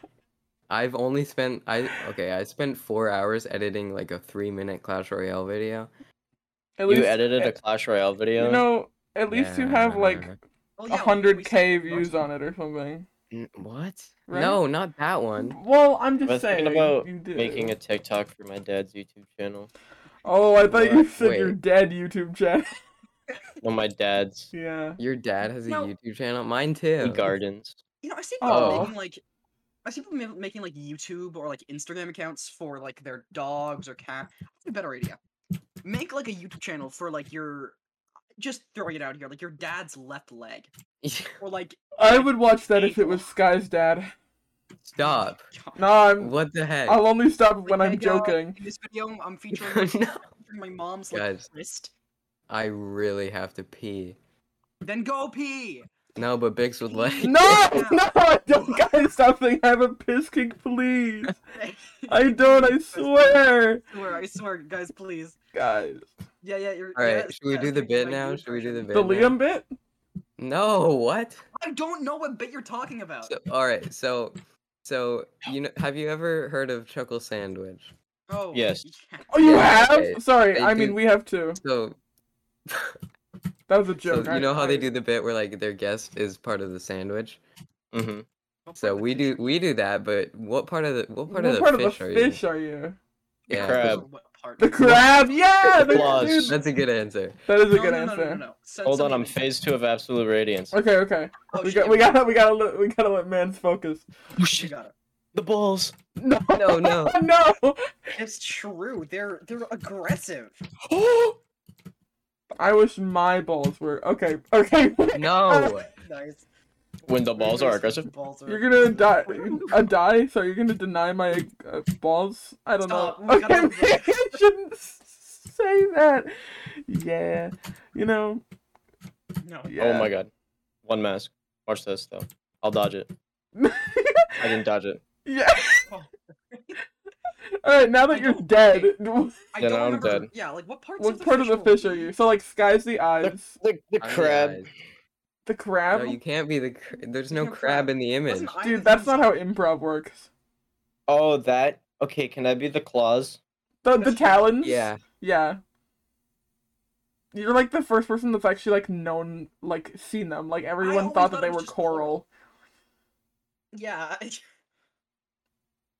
B: I've only spent I okay. I spent four hours editing like a three-minute Clash Royale video.
C: At
A: You
C: least,
A: edited a Clash Royale video.
C: You know, at least you have like
B: Yeah.
E: Well, yeah, we- we
C: hundred k
E: said-
C: views on it or something.
B: N- What?
C: Right?
B: No, not that one.
C: Well, I'm just
A: I was
C: saying.
A: thinking about
C: you did.
A: making a TikTok for my dad's YouTube channel.
C: Oh, I thought you
B: Wait.
C: said your dead YouTube channel.
A: No, my dad's.
C: yeah.
B: Your dad has a
E: No.
B: YouTube channel. Mine too.
A: He gardens.
E: You know, I see people
C: Oh.
E: making like, I see people ma- making like YouTube or like Instagram accounts for like their dogs or cat. I have a better idea. Make like a YouTube channel for like your, just throwing it out here, like your dad's left leg or like.
C: I would watch that if it was Sky's dad.
B: Stop.
C: No, I'm.
B: What the heck?
C: I'll only stop when
E: Like,
C: I'm
E: hey, guys,
C: joking.
E: In this video, I'm featuring my,
B: No.
E: featuring my mom's like
B: Guys.
E: wrist.
B: I really have to pee.
E: Then go pee.
B: No, but Bix would like.
C: No, no, I don't. Guys, stop saying I have a piss kick, please. I don't. I swear,
E: I swear, I swear, guys, please.
C: guys.
E: Yeah, yeah, you're.
B: All right,
E: yeah,
B: should we
E: yeah,
B: do the
E: freaking
B: bit
E: my
B: now?
E: dude
B: Should we do the
E: impression.
B: bit?
C: The
B: now?
C: Liam bit.
B: No, what?
E: I don't know what bit you're talking about.
B: So, all right, so, so you know, have you ever heard of Chuckle Sandwich?
E: oh,
A: Yes.
E: yeah.
C: Oh, you
B: Yeah,
C: have?
B: okay.
C: Sorry,
B: They
C: I mean
B: do-
C: we have two.
B: So,
C: That was a
B: so
C: joke. I-
B: you know how
C: I-
B: they do the bit where like their guest is part of the sandwich.
A: hmm
B: So we do we do that, but what part of the what part
C: what
B: of the
C: part
B: fish
C: of
B: are
C: the
B: you?
C: fish are you?
B: yeah,
A: crab.
E: What part?
C: The crab. Yeah, the
A: Applause.
C: dude,
B: that's a good answer.
C: That is a
E: No,
C: good
E: no, no,
C: answer.
E: no, no, no. Send
A: Hold on,
E: something
A: I'm
E: to-
A: phase two of Absolute Radiance.
C: Okay, okay.
E: Oh,
C: we
E: shit,
C: got, we
E: yeah,
C: gotta, we gotta, let, we gotta let man's focus.
A: Oh
E: we
A: shit!
E: got it.
A: The balls.
C: No,
B: No, no.
C: no.
E: It's true. They're they're aggressive.
C: I wish my balls were okay. Okay,
B: No,
E: Nice.
A: When the balls are
E: Nice.
A: aggressive.
E: Balls are
C: you're gonna die.
E: aggressive.
C: A die? So you're gonna deny my uh, balls? I don't
E: Stop,
C: know.
E: we gotta-
C: Okay, maybe I shouldn't s- say that. Yeah, you know.
E: No.
C: Yeah.
A: Oh my god. One mask. Watch this though. I'll dodge it. I didn't dodge it.
C: yeah.
E: Oh.
C: All right, now that
E: I
C: you're
E: don't-
C: dead,
E: I
A: Yeah,
E: don't
A: now I'm
E: remember.
A: dead.
E: Yeah, like what parts?
C: what
E: of the
C: part of
E: fish
C: the
E: were
C: fish are
E: we-
C: you? So like, sky's the eyes,
A: The, the
B: I'm the
A: crab.
B: eyes.
C: the crab.
B: No, you can't be the. Cr- There's no
E: no crab.
B: crab in the image.
E: Wasn't I the
C: Dude, that's
E: thing
C: not how improv works.
A: Oh, that. Okay, can I be the claws?
C: The the
E: That's-
C: talons.
B: Yeah,
C: Yeah. You're like the first person that's actually like known, like seen them. Like everyone
E: always
C: thought
E: thought
C: that
E: it
C: they
E: was
C: were
E: just
C: coral.
E: coral. Yeah.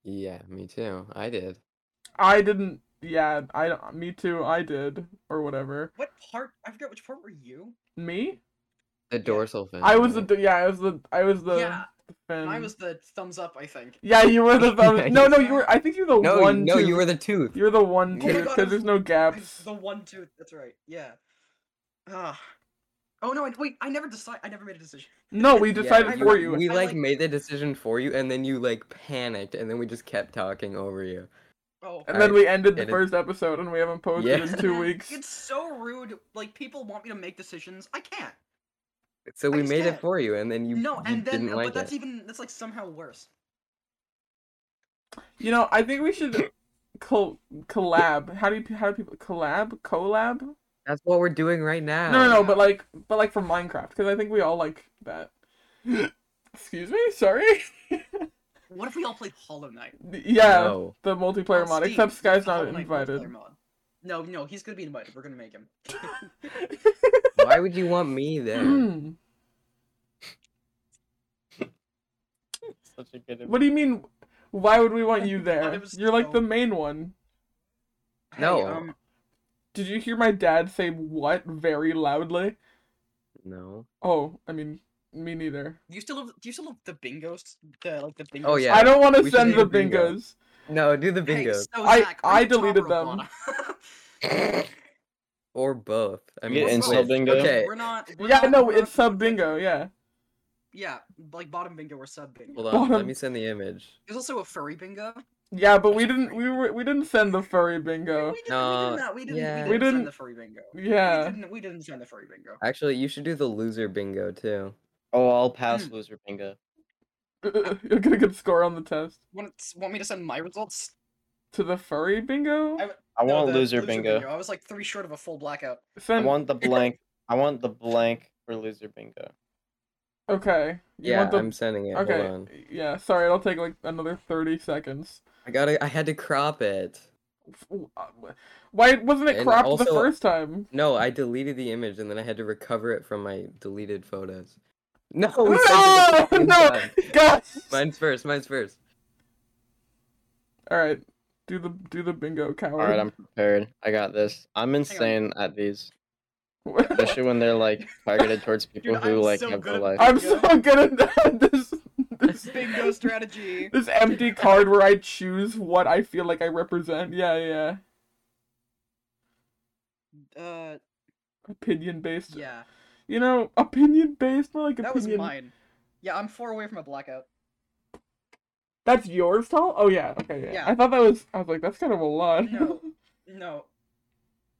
B: yeah, me too. I did.
C: I didn't. Yeah, I don't. Me too. I did or whatever.
E: What part? I forget which part were you.
C: Me?
B: The dorsal fin.
C: I was
B: right?
C: the. Yeah, I was the. I was the. um,
E: yeah,
C: fin.
E: and I was the thumbs up. I think.
C: Yeah, you were the.
B: Yeah,
C: thumb- no,
B: you-
C: no, you were. I think you're the
B: no,
C: one.
B: no,
C: tooth.
B: you were the tooth.
C: You're the one
E: Oh my
C: tooth
E: God, I
C: because
E: was-
C: there's no
E: I-
C: gaps.
E: The one tooth. That's right. Yeah. Ah. Oh no! I- Wait, I never decide. I never made a decision.
C: No, we
B: Yeah,
C: decided
E: you-
C: for you.
B: We
E: I
B: like
E: like-
B: made the decision for you, and then you like panicked, and then we just kept talking over you.
E: Oh.
C: and then we ended the
B: and it-
C: first episode, and we haven't posted
B: Yeah.
C: in two
E: Man,
C: weeks.
E: It's so rude. Like people want me to make decisions. I can't.
B: So we
E: just
B: made it
E: can't.
B: for you, and then you
E: no,
B: you
E: and then
B: didn't
E: but
B: like
E: that's e
B: it.
E: even that's like somehow worse.
C: You know, I think we should col- collab. How do you how do people collab collab?
B: That's what we're doing right now.
C: No, no, no. But like, but like for Minecraft, because I think we all like that. Excuse me, sorry.
E: What if we all played Hollow Knight?
C: yeah,
B: No.
C: the multiplayer
E: On
C: mod.
E: Steam,
C: Except Sky's
E: Hollow
C: not
E: Knight
C: invited.
E: Oh, multiplayer mod. No, no, he's gonna be invited. We're gonna make him.
B: Why would you want me there?
C: what
A: Such a good.
C: do you mean? Why would we want you
E: I
C: there?
E: was
C: You're like
E: so-
C: the main one.
E: Hey,
B: No.
E: um,
C: Did you hear my dad say what very loudly?
B: no.
C: Oh, I mean, me neither.
E: do you still have, do you still have the bingos? The like the bingos.
B: Oh yeah.
C: I don't want
B: we
C: to
B: should
C: send
B: do
C: the
B: bingo.
C: bingos.
B: No, do the
E: Hey,
B: bingo.
E: so
C: I-
E: Zach, are
C: I
E: you Tom
C: deleted
E: or
C: them.
E: Iguana?
B: Or both. I
A: We
B: mean,
A: get
B: it's
A: insult
B: both.
A: bingo.
B: Okay.
E: We're not. We're
C: Yeah,
E: not-
C: no,
E: we're not
C: it's sub
E: doing
C: bingo. Yeah.
E: Yeah, like bottom bingo or sub bingo.
B: Hold on. Let
C: Bottom.
B: me send the image.
E: There's also a furry bingo.
C: Yeah, but we didn't. We were. We didn't send the furry bingo.
E: We didn't.
B: No,
E: we did not. We didn't.
B: Uh, yeah.
E: We,
C: We
E: didn't
C: didn't-
E: send the furry bingo.
C: Yeah.
E: We didn't. We didn't send the furry bingo.
B: Actually, you should do the loser bingo too.
A: Oh, I'll pass loser bingo.
C: You'll get a good score on the test.
E: Want, want me to send my results?
C: To the furry bingo.
E: I-
A: I
E: No,
A: want
E: the
A: loser, bingo.
E: I was like three short of a full blackout.
A: I
C: Send.
A: want the blank. I want the blank for loser bingo.
C: Okay. You
B: Yeah,
C: want the-
B: I'm sending it. Hold on.
C: okay. Yeah. Sorry, it'll take like another thirty seconds.
B: I gotta. I had to crop it.
C: F- w- uh, wh- Why wasn't it
B: And
C: cropped the
B: also-
C: first time?
B: No, I deleted the image and then I had to recover it from my deleted photos. No, we sent it
C: No,
B: at the same
C: no,
B: time.
C: God.
B: Mine's first. Mine's first.
C: All right, do the do the bingo coward.
A: All right, I'm prepared. I got this. I'm insane at these, especially when they're like targeted towards people
E: Dude,
A: who
E: I'm
A: like
E: so
A: have no
E: good.
A: life.
C: I'm so good at this this
E: Bingo strategy.
C: this empty card where I choose what I feel like I represent. Yeah, yeah.
E: Uh,
C: Opinion based.
E: yeah,
C: You know, opinion based, more like
E: that was
C: opinion.
E: mine. Yeah, I'm four away from a blackout.
C: That's yours, Tal? Oh yeah. Okay. Yeah.
E: Yeah.
C: I thought that was. I was like, that's kind of a lot.
E: No, no.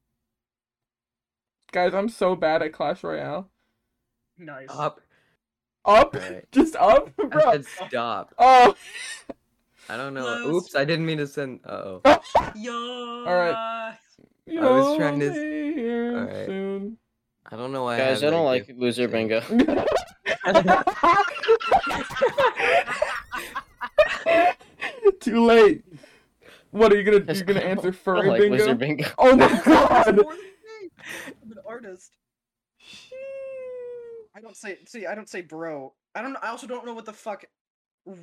C: Guys, I'm so bad at Clash Royale.
E: Nice.
B: Up.
C: Up,
B: Alright.
C: just up,
B: I
C: bro.
B: said stop.
C: Oh,
B: I don't know.
E: Close.
B: Oops, I didn't mean to send. Uh oh.
E: Yo.
C: right. you
B: I was trying
C: know,
B: to-
C: be here
B: Alright.
C: soon.
B: I don't know why. I
A: Guys,
B: had
A: I don't
B: that
A: like loser
B: gift.
A: bingo.
C: Too late. What are you gonna?
A: Yes,
C: You're gonna
A: I
C: answer
A: I don't
C: furry
A: like
C: bingo?
A: loser bingo.
C: Oh my
E: It's
C: god.
E: more than me. I'm an artist. I don't say. See, I don't say bro. I don't. I also don't know what the fuck. I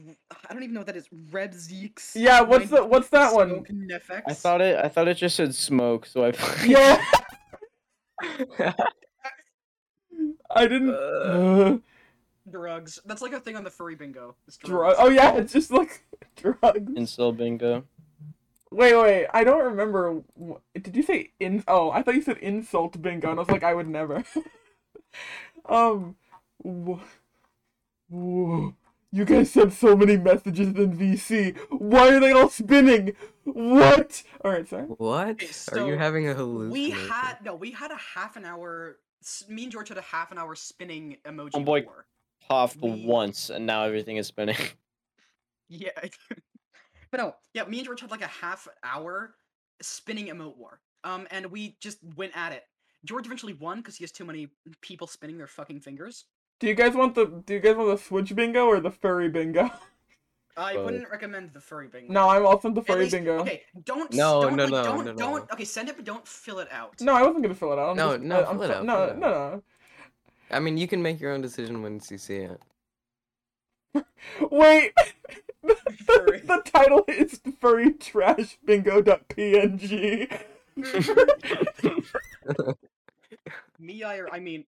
E: don't even know what that is. Red Zeeks.
C: Yeah, what's the- what's that one?
E: FX.
A: I thought it. I thought it just said smoke, so I.
C: Yeah. I didn't. Uh,
E: drugs. That's like a thing on the furry bingo. It's
C: drug. Oh yeah, it's just like drugs.
A: Insult bingo.
C: Wait, wait. I don't remember. wh- Did you say in? Oh, I thought you said insult bingo, and I was like, I would never. um, wh- wh- you guys sent so many messages in VC. Why are they all spinning? What? All right, sorry.
B: What?
E: Okay,
B: Are you
E: so
B: having a hallucination?
E: We had no. We had a half an hour. s- Me and George had a half an hour spinning emoji
A: Oh boy.
E: war.
A: Puffed
E: We-
A: once, and now everything is spinning.
E: Yeah. but no. Yeah. Me and George had like a half hour spinning emote war. Um, and we just went at it. George eventually won because he has too many people spinning their fucking fingers.
C: Do you guys want the Do you guys want the switch bingo or the furry bingo?
E: I
B: Well-
E: wouldn't recommend the furry bingo.
C: No, I'm also the
E: At
C: furry
E: least-
C: bingo.
E: Okay, don't. s-
B: No,
E: don't,
B: no,
E: like,
B: no,
E: don't,
B: no, no.
E: don't. Okay, send it, but don't fill it out.
C: No, I wasn't gonna fill it out. I'm
B: No,
C: just,
B: no,
C: I, am
B: fill it out,
C: No,
B: fill it
C: no, no.
B: I mean, you can make your own decision once you see it.
C: Wait. the,
E: Furry.
C: the title is furry trash bingo.png.
E: Me, I, I mean,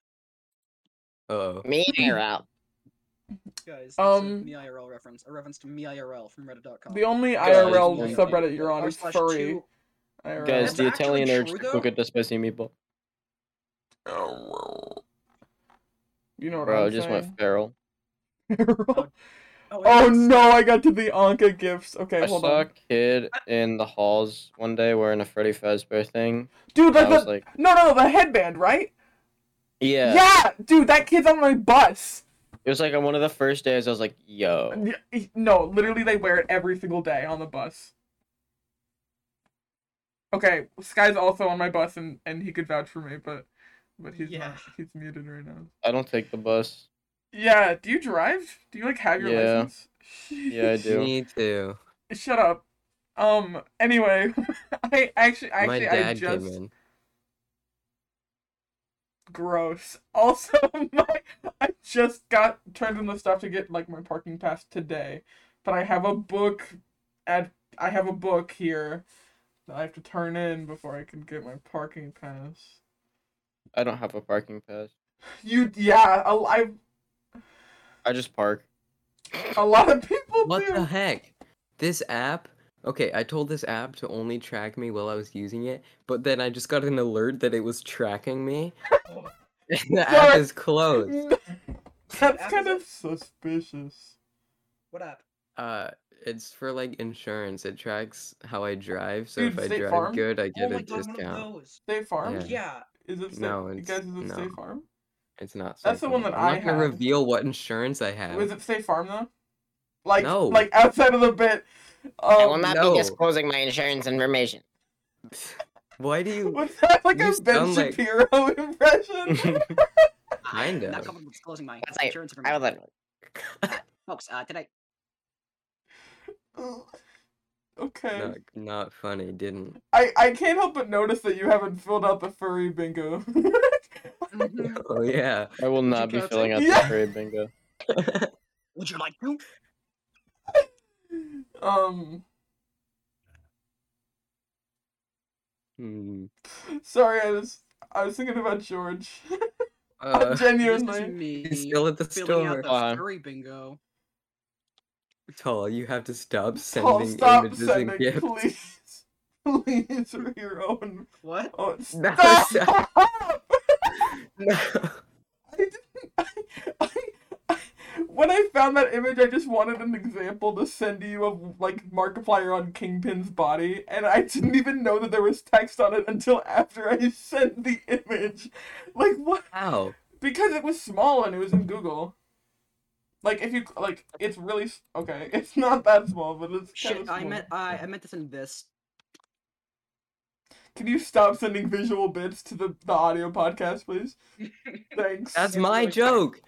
B: Oh.
A: Me, you're out.
E: guys.
C: Um,
E: Um, me IRL reference, a reference to me IRL from Reddit.com.
C: The only
A: Guys,
C: IRL
A: yeah.
C: subreddit you're on
E: r
C: is
E: slash
C: furry.
E: two-
C: IRL.
A: Guys,
E: That's
A: the
E: actually
A: Italian urge
E: true,
A: to cook
E: though.
A: a the spicy meatball.
C: you know what
A: Bro, I
C: I'm
A: just
C: saying?
A: went feral.
C: IRL.
E: Oh, it
C: oh
E: is.
C: no, I got to the Anka gifts. Okay,
A: I
C: hold
A: saw
C: on.
A: a kid in the halls one day wearing a Freddy Fazbear thing.
C: Dude,
A: and I
C: that's
A: was
C: the
A: like,
C: no, no, the headband, right?
A: yeah.
C: dude, that kid's on my bus.
A: It was like on one of the first days. I was like, yo,
C: Yeah, e, No, literally, they wear it every single day on the bus. Okay, Sky's also on my bus, and and he could vouch for me, but but he's
E: Yeah.
C: not. He's muted right now.
A: I don't take the bus.
C: Yeah, do you drive? Do you like have your
A: Yeah.
C: license?
A: Yeah, I do.
B: Me too.
C: Shut up. Um. Anyway, I actually,
B: My
C: actually, I
B: dad
C: just
B: came in.
C: gross. Also, my I just got turned in the stuff to get like my parking pass today, but I have a book at I have a book here that I have to turn in before I can get my parking pass.
A: I don't have a parking pass.
C: You yeah, a, I,
A: I just park.
C: a lot of people
B: What
C: do.
B: the heck? This app Okay, I told this app to only track me while I was using it, but then I just got an alert that it was tracking me. and the app
C: What?
B: is closed.
C: That's
E: app
C: kind
E: is
C: of suspicious.
E: What up?
B: Uh, it's for like insurance. It tracks how I drive, so
C: Dude,
B: if I
C: State
B: drive
C: Farm?
B: good, I
E: Oh
B: get
E: my
B: a
E: god, one
B: discount.
E: of those.
C: State Farm?
B: Yeah.
E: Yeah.
C: Is it State
B: No,
C: You
B: it's-
C: guys, is it
B: no.
C: State Farm?
B: It's not. safe
C: That's the one
B: anymore.
C: that
B: I'm
C: I
B: not gonna
C: have.
B: reveal what insurance I have.
C: Was it State Farm though? Like,
B: No.
C: like outside of the bit.
A: I will
C: Um,
A: not
B: no.
A: be disclosing my insurance information.
B: Why do you?
C: was that like
B: You
C: a Ben
B: sound like-
C: Shapiro impression?
E: I am
B: Kinda.
E: Not comfortable disclosing my
A: That's like-
E: insurance
A: I
E: information.
A: would literally.
E: Folks, uh, did I?
C: okay.
B: not, not funny. Didn't.
C: I I can't help but notice that you haven't filled out the furry bingo.
E: Mhm.
B: Oh yeah.
A: I will not
E: go
A: be
E: to-
A: filling out
C: Yeah.
A: the trade bingo.
E: Would you like to?
C: um,
B: Hmm.
C: sorry, I was I was thinking about George.
B: Uh,
E: this is
C: Genuinely.
E: me
B: he's still at the
E: filling
B: store.
E: out the
A: Uh-huh.
E: furry bingo.
B: Tall, you have to stop
C: Paul,
B: sending
C: stop
B: images
C: sending,
B: and gifts.
C: please. Please, for your own.
E: What?
C: Oh,
B: No,
C: stop!
B: stop. No.
C: I didn't. I, I, I, when I found that image, I just wanted an example to send to you of like Markiplier on Kingpin's body, and I didn't even know that there was text on it until after I sent the image. Like what?
B: Wow.
C: Because it was small and it was in Google. Like if you like, it's really s- okay. It's not that small, but it's kind of
E: Shit,
C: small.
E: I meant I, I meant this in this.
C: Can you stop sending visual bits to the the audio podcast, please? Thanks.
B: That's
E: It's
B: my
E: really-
B: joke.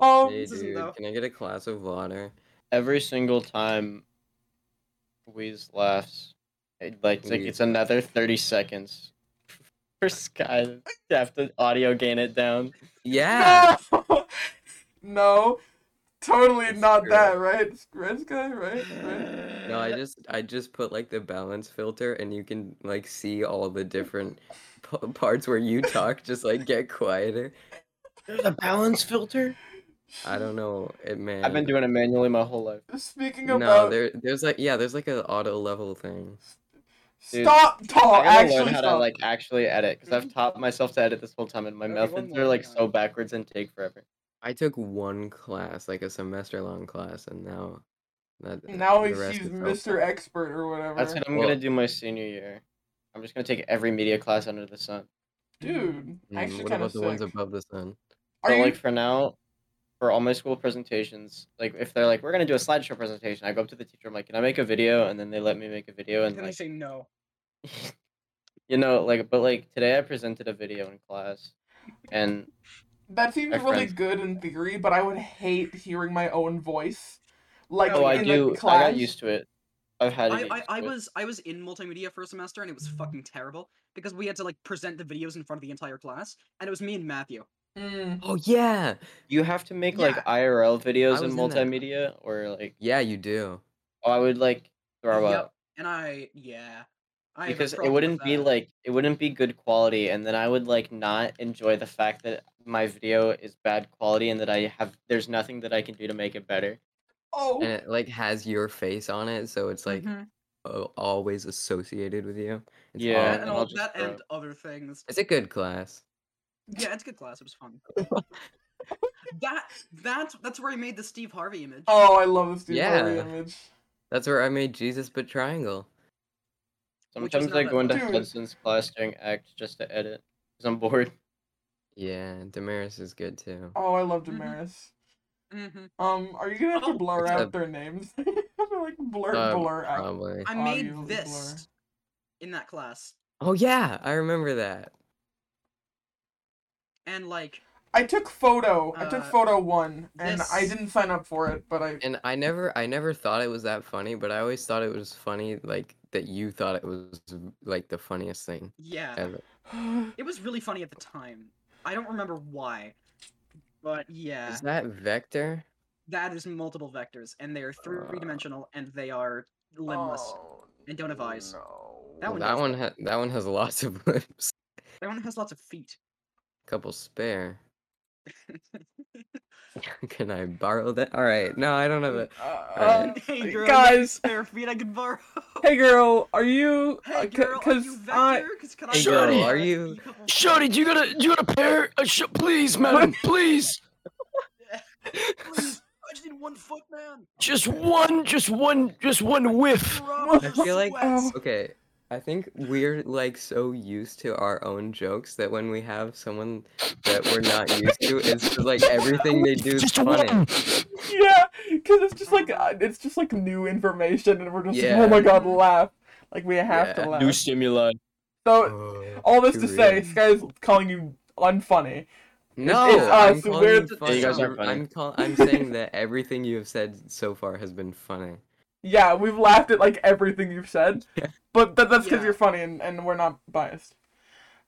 C: um.
B: Hey,
E: isn't
B: dude,
E: though.
B: can I get a glass of water?
A: Every single time Wheeze laughs, it, like, it's like
B: Wheeze.
A: it's another 30 seconds for Sky to have to audio gain it down.
B: Yeah.
C: No! no. Totally
B: It's
C: not
B: true.
C: that, right? It's Red Sky, right? right?
B: No, I just I just put like the balance filter, and you can like see all the different p- parts where you talk. Just like get quieter.
A: There's a balance filter?
B: I don't know, it man.
A: I've been doing it manually my whole life.
C: Speaking
B: No,
C: about.
B: there there's like yeah, there's like an auto level thing.
A: Dude,
C: stop, Tall!
A: I gotta learn
C: Oh, Actually,
A: how
C: stop.
A: to like actually edit because I've taught myself to edit this whole time, and my
E: Okay, one
A: methods
E: more,
A: are like
E: one
A: so
E: more.
A: backwards and take forever.
B: I took one class, like a semester long class, and now that
C: now
B: the
C: he's,
B: rest
C: he's
B: is all-
C: Mr. Expert or whatever.
A: That's what I'm
B: Well-
A: gonna do my senior year. I'm just gonna take every media class under the sun.
C: Dude,
B: Mm,
C: actually,
B: What
C: kind
B: about
C: of
B: the ones
C: sick.
B: above the sun?
C: Are
A: so
C: you?
A: like for now, for all my school presentations, like if they're like we're gonna do a slideshow presentation, I go up to the teacher. I'm like, can I make a video? And then they let me make a video. And
E: Then I
A: like,
E: say no.
A: you know, like but like today I presented a video in class, and
C: that seems
A: my
C: really
A: friends-
C: good in theory, but I would hate hearing my own voice. Like,
A: oh, I
C: in
A: do.
C: The
A: I
C: class.
A: got used to it. I've had. To
E: I,
A: get
E: I,
A: used
E: I
A: to it.
E: was I was in multimedia for a semester and it was fucking terrible because we had to like present the videos in front of the entire class and it was me and Matthew.
C: Mm.
B: Oh yeah,
A: You have to make
E: Yeah.
A: like IRL videos
B: was
A: in
B: in that.
A: multimedia, or like
B: yeah, you do.
A: oh, I would like throw
E: Yep,
A: up
E: And I yeah. I have a
A: because it
E: problem with
A: wouldn't be
E: that.
A: like it wouldn't be good quality, and then I would like not enjoy the fact that my video is bad quality and that I have there's nothing that I can do to make it better.
C: Oh.
B: And it like has your face on it, so it's like
E: Mm-hmm.
B: a- always associated with you. It's
A: Yeah,
E: that
B: all-
E: and
A: and
E: all
A: I'll just
E: that
A: throw
E: and
A: up.
E: other things.
B: It's a good class.
E: Yeah, it's a good class. It was fun. that that's that's where I made the Steve Harvey image.
C: Oh, I love this dude.
B: Yeah.
C: image.
B: That's where I made Jesus but triangle.
E: Which was
A: Sometimes
E: not
A: I
E: that
A: go into
C: fun. Dude.
A: Hudson's class during act just to edit because I'm bored.
B: Yeah, Damaris is good too.
C: Oh, I love
A: Mm-hmm.
E: Mhm.
C: Damaris.
E: hmm
C: Um, are you gonna have to
E: Oh,
C: blur
B: it's
C: out
B: a-
C: their names? like blur,
B: Um,
C: blur out.
B: Probably.
E: I
C: Audio
E: made
C: blur.
E: this in that class
B: Oh yeah, I remember that.
E: and like
C: I took photo. I took
E: Uh,
C: photo one, and I
E: this-
C: didn't sign up for it, but I.
B: And I never I never thought it was that funny, but I always thought it was funny like that you thought it was like the funniest thing
E: yeah.
B: ever.
E: It was really funny at the time. I don't remember why. But yeah,
B: Is that Vector?
E: that is multiple vectors, and they are three dimensional, and they are limbless.
C: Oh,
E: and don't have eyes.
C: no.
B: Well,
E: That one
B: that
E: does.
B: one ha- that one has lots of lips.
E: That one has lots of feet.
B: Couple spare. Can I borrow that? All right. No, I don't have it.
C: Uh,
B: Alright.
E: hey girl,
C: guys.
E: spare feet I could borrow.
C: hey girl, are you?
E: Hey
C: uh, c-
E: girl, are
C: I,
E: you Vector? 'Cause can I
B: Hey
E: borrow
B: girl,
E: a
B: are you-
E: couple-
F: Shorty, do you got a do you got a pair? Uh, sh- please, madam, please.
E: Please, I just need one foot, man.
F: Just one, just one, just one whiff.
E: Rob,
B: I
E: you're
B: feel like-
E: sweats.
B: Okay. I think we're like so used to our own jokes that when we have someone that we're not used to, it's just, like everything they do is
F: Just
B: funny.
F: one.
C: yeah, because it's just like
E: Uh-huh.
C: uh, it's just like new information, and we're just
B: Yeah.
C: oh my god, laugh. Like we have
B: Yeah.
C: to laugh.
A: New stimuli.
C: So all this to
B: too
C: say,
B: real.
C: Sky's calling you unfunny.
B: No,
C: it's
B: I'm
C: us,
B: calling
C: we're
B: you
C: the-
B: funny.
A: You guys aren't funny.
B: I'm call- I'm saying that everything you have said so far has been funny.
C: Yeah, we've laughed at like everything you've said,
B: Yeah.
C: but that, that's because
E: Yeah.
C: you're funny, and, and we're not biased.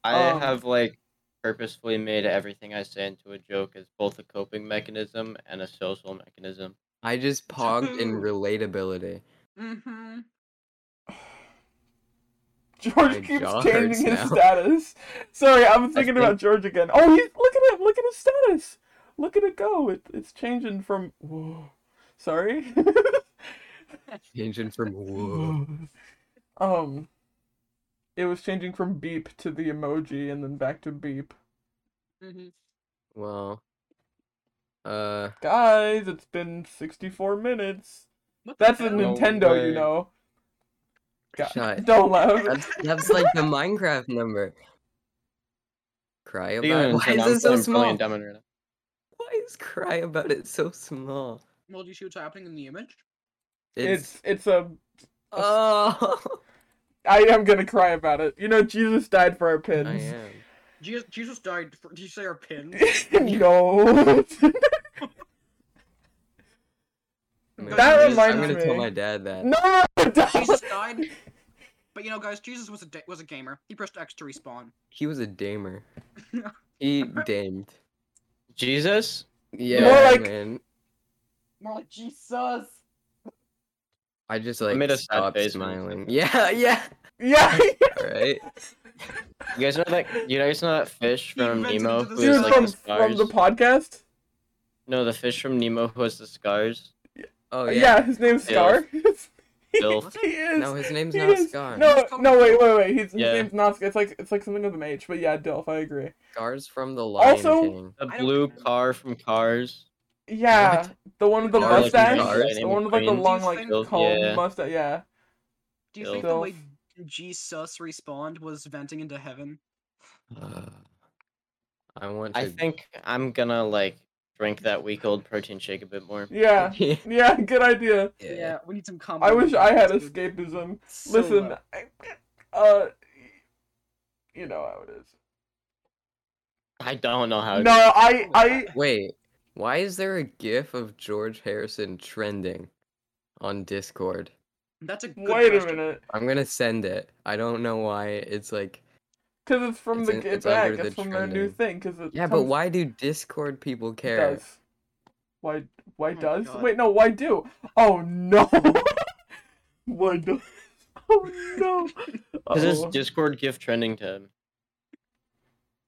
A: I
C: Um,
A: have like purposefully made everything I say into a joke as both a coping mechanism and a social mechanism.
B: I just pogged in
E: True.
B: relatability.
E: Mm-hmm.
B: My
C: George keeps
B: jaw hurts
C: changing his
B: now.
C: status. Sorry, I'm thinking
B: think-
C: about George again. Oh, he's look at him! Look at his status! Look at it go! It, it's changing from. Whoa. Sorry.
B: Changing from whoa.
C: um, it was changing from beep to the emoji, and then back to beep.
E: Mm-hmm.
B: Well, uh,
C: Guys, it's been 64 minutes.
E: What the
C: That's a
E: hell?
B: No
C: Nintendo,
B: way.
C: you know. God,
B: Shut.
C: Don't laugh.
B: that's, that's like the Minecraft number. Cry
A: Speaking of
B: about. Why
A: Nintendo,
B: is it so
A: I'm feeling
B: small?
A: dumb and random.
B: Why is cry about it so small?
E: Well, do you see what's happening in the image?
B: It's
C: It's it's a.
B: oh,
C: I am gonna cry about it. You know, Jesus died for our
B: I
C: pins.
B: am.
E: Jesus, Jesus died. For, did you say our pins?
C: no.
B: I'm
E: That
B: gonna-
C: reminds
B: I'm gonna
C: me.
B: tell my dad that.
C: no.
E: Jesus
C: don't.
E: died. But you know, guys, Jesus was a da- was a gamer. He pressed X to respawn.
B: He was a damer. he damed.
A: Jesus?
B: Yeah,
C: like-
B: man.
E: More like Jesus.
B: I just like
A: made a sad
B: stopped
A: face when you said
B: smiling.
A: that.
B: Yeah, yeah.
C: Yeah.
B: All right.
A: You guys know that you guys know that fish
E: He
A: from
E: invented
A: Nemo
E: the
A: who
C: Dude
A: has
E: It's
A: like
C: from
A: the
C: from
A: scars?
C: the podcast.
A: No, the fish from Nemo who has the scars.
B: Oh
C: yeah.
B: yeah.
C: his name's
A: Yeah.
C: Scar. he
A: Bill.
C: is.
B: No, his name's
C: he
B: not
C: is-
B: Scar.
C: No,
E: He's
C: no, wait, wait, wait. He's,
A: Yeah.
C: His name's not. It's like it's like something with an H, but yeah, Dilf. I agree.
B: Scar's from the Lion
C: Also-
B: King.
A: The
E: I don't
A: blue
E: remember.
A: car from Cars.
C: Yeah,
B: What?
C: the one with the
E: Or like
C: mustache,
B: Cars,
C: the one with like the
A: Green.
C: long like
E: These
A: things-
C: comb
A: Yeah.
C: mustache. Yeah,
E: Do you
A: Yo.
E: think the way
C: Dilf.
E: Jesus respawned was venting into heaven?
B: Uh, I want to.
A: I think I'm gonna like drink that week old protein shake a bit more.
C: yeah,
B: yeah.
C: yeah. Good idea.
B: yeah.
E: we need some combo.
C: I wish I had
E: dude.
C: escapism.
E: So
C: Listen,
E: low.
C: I, uh, you know how it is.
A: I don't know how. to
C: No, I, I,
B: Wait. Why is there a GIF of George Harrison trending on Discord?
E: That's a good
C: wait a
E: question.
C: minute,
B: I'm gonna send it. I don't know why it's like.
C: because it's from
B: It's
C: the
B: in-
C: Get
B: it's under
C: Back.
B: the
C: It's from their new thing. Because it
B: Yeah, but
C: comes-
B: why do Discord people
C: it
B: care?
C: does. Why? Why
E: Oh my
C: does?
E: God.
C: Wait, no. Why do? Oh no. why do? Oh no. Oh,
A: Because it's
C: Uh-oh.
A: Discord gift trending tab.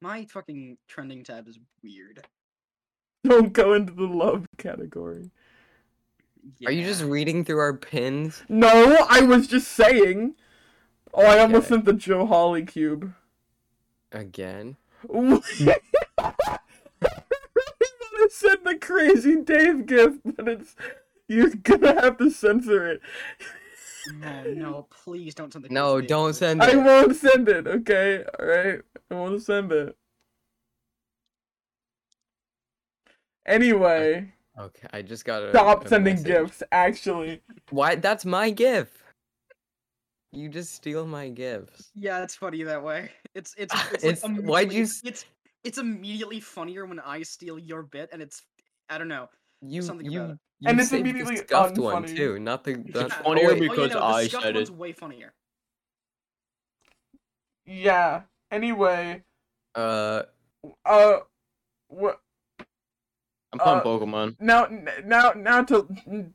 E: My fucking trending tab is weird.
C: Don't go into the love category.
B: Are you just
E: Yeah.
B: reading through our pins?
C: No, I was just saying. Oh, I almost
B: Okay.
C: sent the Joe Holly cube.
B: Again?
C: I sent the crazy Dave gift, but it's you're gonna have to censor it.
E: No, no, please don't send the.
B: No,
E: kids
B: don't
E: this.
B: send
C: I
B: it.
C: won't send it. Okay, all right. I won't send it. Anyway,
B: Okay, I just got a.
C: stop
B: a
C: sending
B: message.
C: gifts. Actually,
B: Why? That's my GIF. You just steal my gifs.
E: Yeah, it's funny that way. It's it's it's,
B: Ah, It's-
E: like
B: why'd you
E: immediately-
B: s-
E: It's it's immediately funnier when I steal your bit, and it's I don't know.
B: You,
E: something
B: you,
E: about it.
B: you
C: And it's
B: saved the
C: immediately
B: scuffed one
C: unfunny.
B: too, not the. the
E: Yeah.
A: funnier
B: oh,
E: Oh,
B: wait,
E: yeah,
A: because
E: no,
A: I
E: the scuffed
A: said
E: one's
A: it.
E: way funnier.
C: yeah. Anyway,
B: uh,
C: uh, what?
A: I'm playing
C: Uh,
A: Pokemon.
C: now n- now now to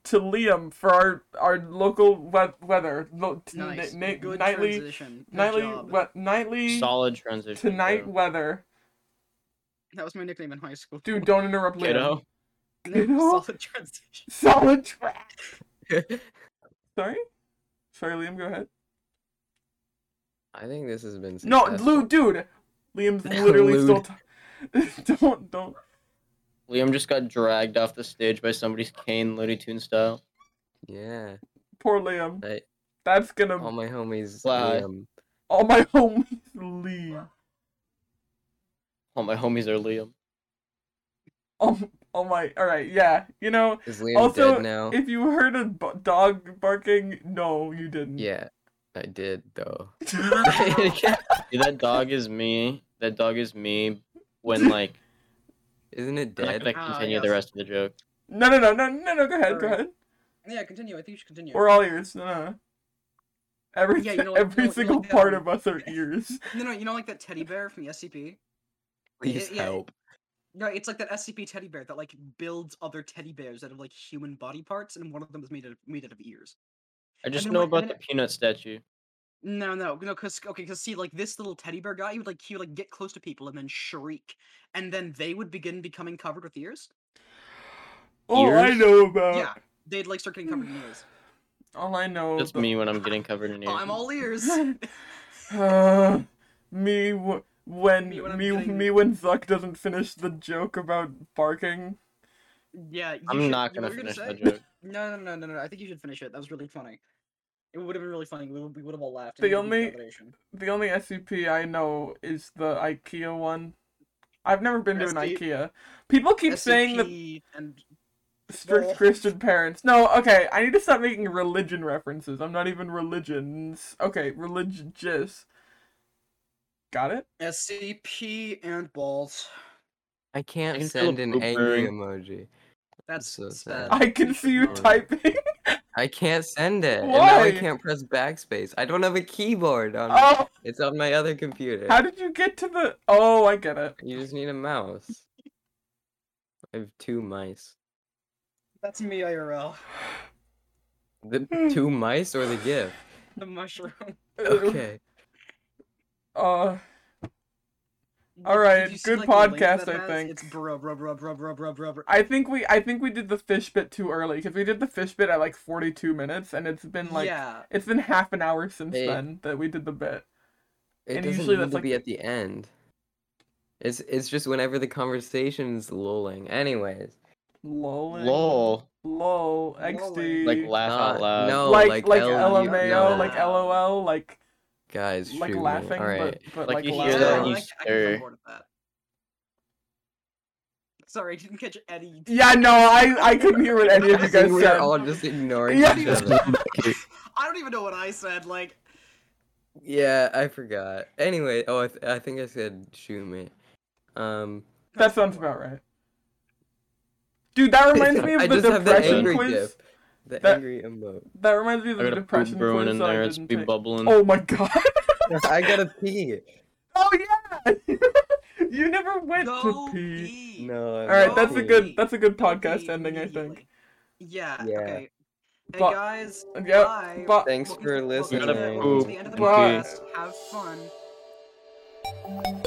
C: to Liam for our our local we- weather lo- t-
E: Nice.
C: na- na-
E: Good
C: nightly
E: transition. Good
C: nightly
E: job.
C: we- nightly
A: Solid transition.
C: tonight
A: bro.
C: weather
E: That was my nickname in high school.
C: Dude, don't interrupt Liam.
A: Kiddo.
C: Kiddo?
E: Solid transition.
C: Solid track.
B: I
C: Sorry? Sorry, Liam, go ahead.
B: think this has been
C: No,
B: successful.
C: Lou, dude! Liam's literally still. T- don't, don't.
A: Liam just got dragged off the stage by somebody's cane, Looney Tune style.
B: Yeah,
C: Poor Liam.
B: I,
C: That's gonna.
B: all my homies.
A: Wow.
B: Liam.
C: all my homies leave.
A: All my homies are Liam.
C: All, Um, all my. Alright, yeah. You know,
B: Is Liam
C: Also,
B: dead now?
C: if you heard a b- dog barking, no, you didn't.
B: Yeah, I did though.
A: Dude, that dog is me. That dog is me. When like
B: Isn't it
A: I'm not
B: dead?
A: gonna
E: Ah,
A: continue the
E: yes.
A: rest of the joke.
C: no, no, no, no, no, no, go ahead, go
E: Sorry.
C: ahead.
E: Yeah, continue. I think you should continue.
C: We're all ears. No, no, no. Every,
E: Yeah, you know what-
C: every
E: you know what- you know
C: single
E: what,
C: part
E: um,
C: of us are ears.
E: No, no, you know, like that teddy bear from the SCP.
B: Please
E: yeah.
B: help.
E: No, it's like that SCP teddy bear that like builds other teddy bears out of like human body parts, and one of them is made out of, made out of ears.
A: I just
E: then
A: know
E: what- and
A: about
E: then
A: the peanut statue.
E: No, no, no, because okay, because see, like this little teddy bear guy, he would like he would like get close to people and then shriek, and then they would begin becoming covered with ears.
C: All I
A: Ears?
C: know about.
E: yeah, they'd like start getting covered in ears.
C: All I know.
A: That's
C: about-
A: me when I'm getting covered in ears.
E: Oh, I'm all ears.
C: Uh, me w- when
E: Me
C: me
E: when I'm
C: me,
E: getting-
C: when Zuck doesn't finish the joke about barking.
E: yeah, you
A: I'm
E: should-
A: not
E: you-
A: gonna
E: what were you
A: finish
E: say?
A: that joke.
E: No, no, no, no, no. I think you should finish it. That was really funny. It would have been really funny. We would, we would have all laughed. and
C: The
E: it would've been
C: only-
E: validation.
C: The only SCP I know is the IKEA one. I've never been to an
E: SCP
C: IKEA. People keep
E: E
C: saying that
E: SCP and
C: strict
E: Well-
C: Christian parents. No, okay, I need to stop making religion references. I'm not even religions. Okay, religious. Got it?
E: SCP and balls.
B: I can't
A: can feel a
B: send an
A: poop
B: angry
A: brewing.
B: emoji.
E: That's
B: so
E: that's
B: sad.
E: bad.
C: I can see you
B: Alright.
C: typing.
B: I can't send it. And now
C: Why?
B: I can't press backspace. I don't have a keyboard on. my-
C: Oh,
B: It's on my other computer.
C: how did you get to the? Oh, I get it.
B: You just need a mouse. I have two mice.
E: That's me IRL.
B: The
C: Hmm.
B: two mice or the GIF?
E: The mushroom. Did-
B: Okay.
C: Uh, All
E: did
C: right,
E: you see,
C: good
E: like, the link
C: podcast, I
E: that has?
C: think.
E: It's bro, bro, bro, bro, bro, bro, bro, bro.
C: I think we I think we did the fish bit too early because we did the fish bit at like 42 minutes and it's been like
E: yeah,
C: it's been half an hour since
B: Hey.
C: then that we did the bit.
B: It
C: And
B: doesn't
C: usually
B: need
C: that's
B: to
C: like-
B: be at the end. It's it's just whenever the conversation's lolling. Anyways,
C: Lol.
A: Lol.
C: Lol.
E: Lolling.
C: XD.
A: Like laugh
B: not-
A: out loud.
B: no,
C: like
B: like,
C: like,
B: L- you-
C: LMAO,
A: E
B: no,
C: like LOL, like
B: guys,
C: like
B: shoot me.
C: laughing,
B: All right,
C: but but
A: Like,
C: like,
A: you
E: yeah,
A: hear
C: laugh
A: that
C: out.
A: and you
E: I, c- I can
A: stir.
E: come board with that. Sorry, I didn't catch any.
C: Yeah, no, I I couldn't hear what any of you
B: I think
C: guys
B: we're
C: said.
B: all just ignoring
C: Yeah.
B: each other.
E: I don't even know what I said. Like,
B: Yeah, I forgot. Anyway, oh, I, th- I think I said shoot me. Um,
C: That sounds about right. Dude, that reminds me
B: I
C: of the
B: just have the
C: depression
B: angry
C: quiz.
B: GIF. The
C: That-
B: angry emote.
C: That reminds me of
A: I
C: the
A: got a poop
C: depression quiz
A: brewing in
C: that I
A: there. It's
C: didn't
A: be
C: take.
A: bubbling.
C: Oh my god.
B: I gotta pee.
C: Oh yeah, you never went
E: go
C: to pee.
E: pee.
B: No.
C: All right,
E: Go
C: that's a
E: pee.
C: good that's a good
E: Go
C: podcast
E: pee
C: ending, I think.
E: immediately. Yeah.
B: Yeah.
E: Okay. Hey
C: Bu-
E: guys.
C: Yeah,
E: Bye.
C: uh, but
B: Thanks
E: Welcome
B: for
E: to- welcome to the-
B: listening.
E: welcome to the end of the
C: Bye.
E: podcast. Have fun.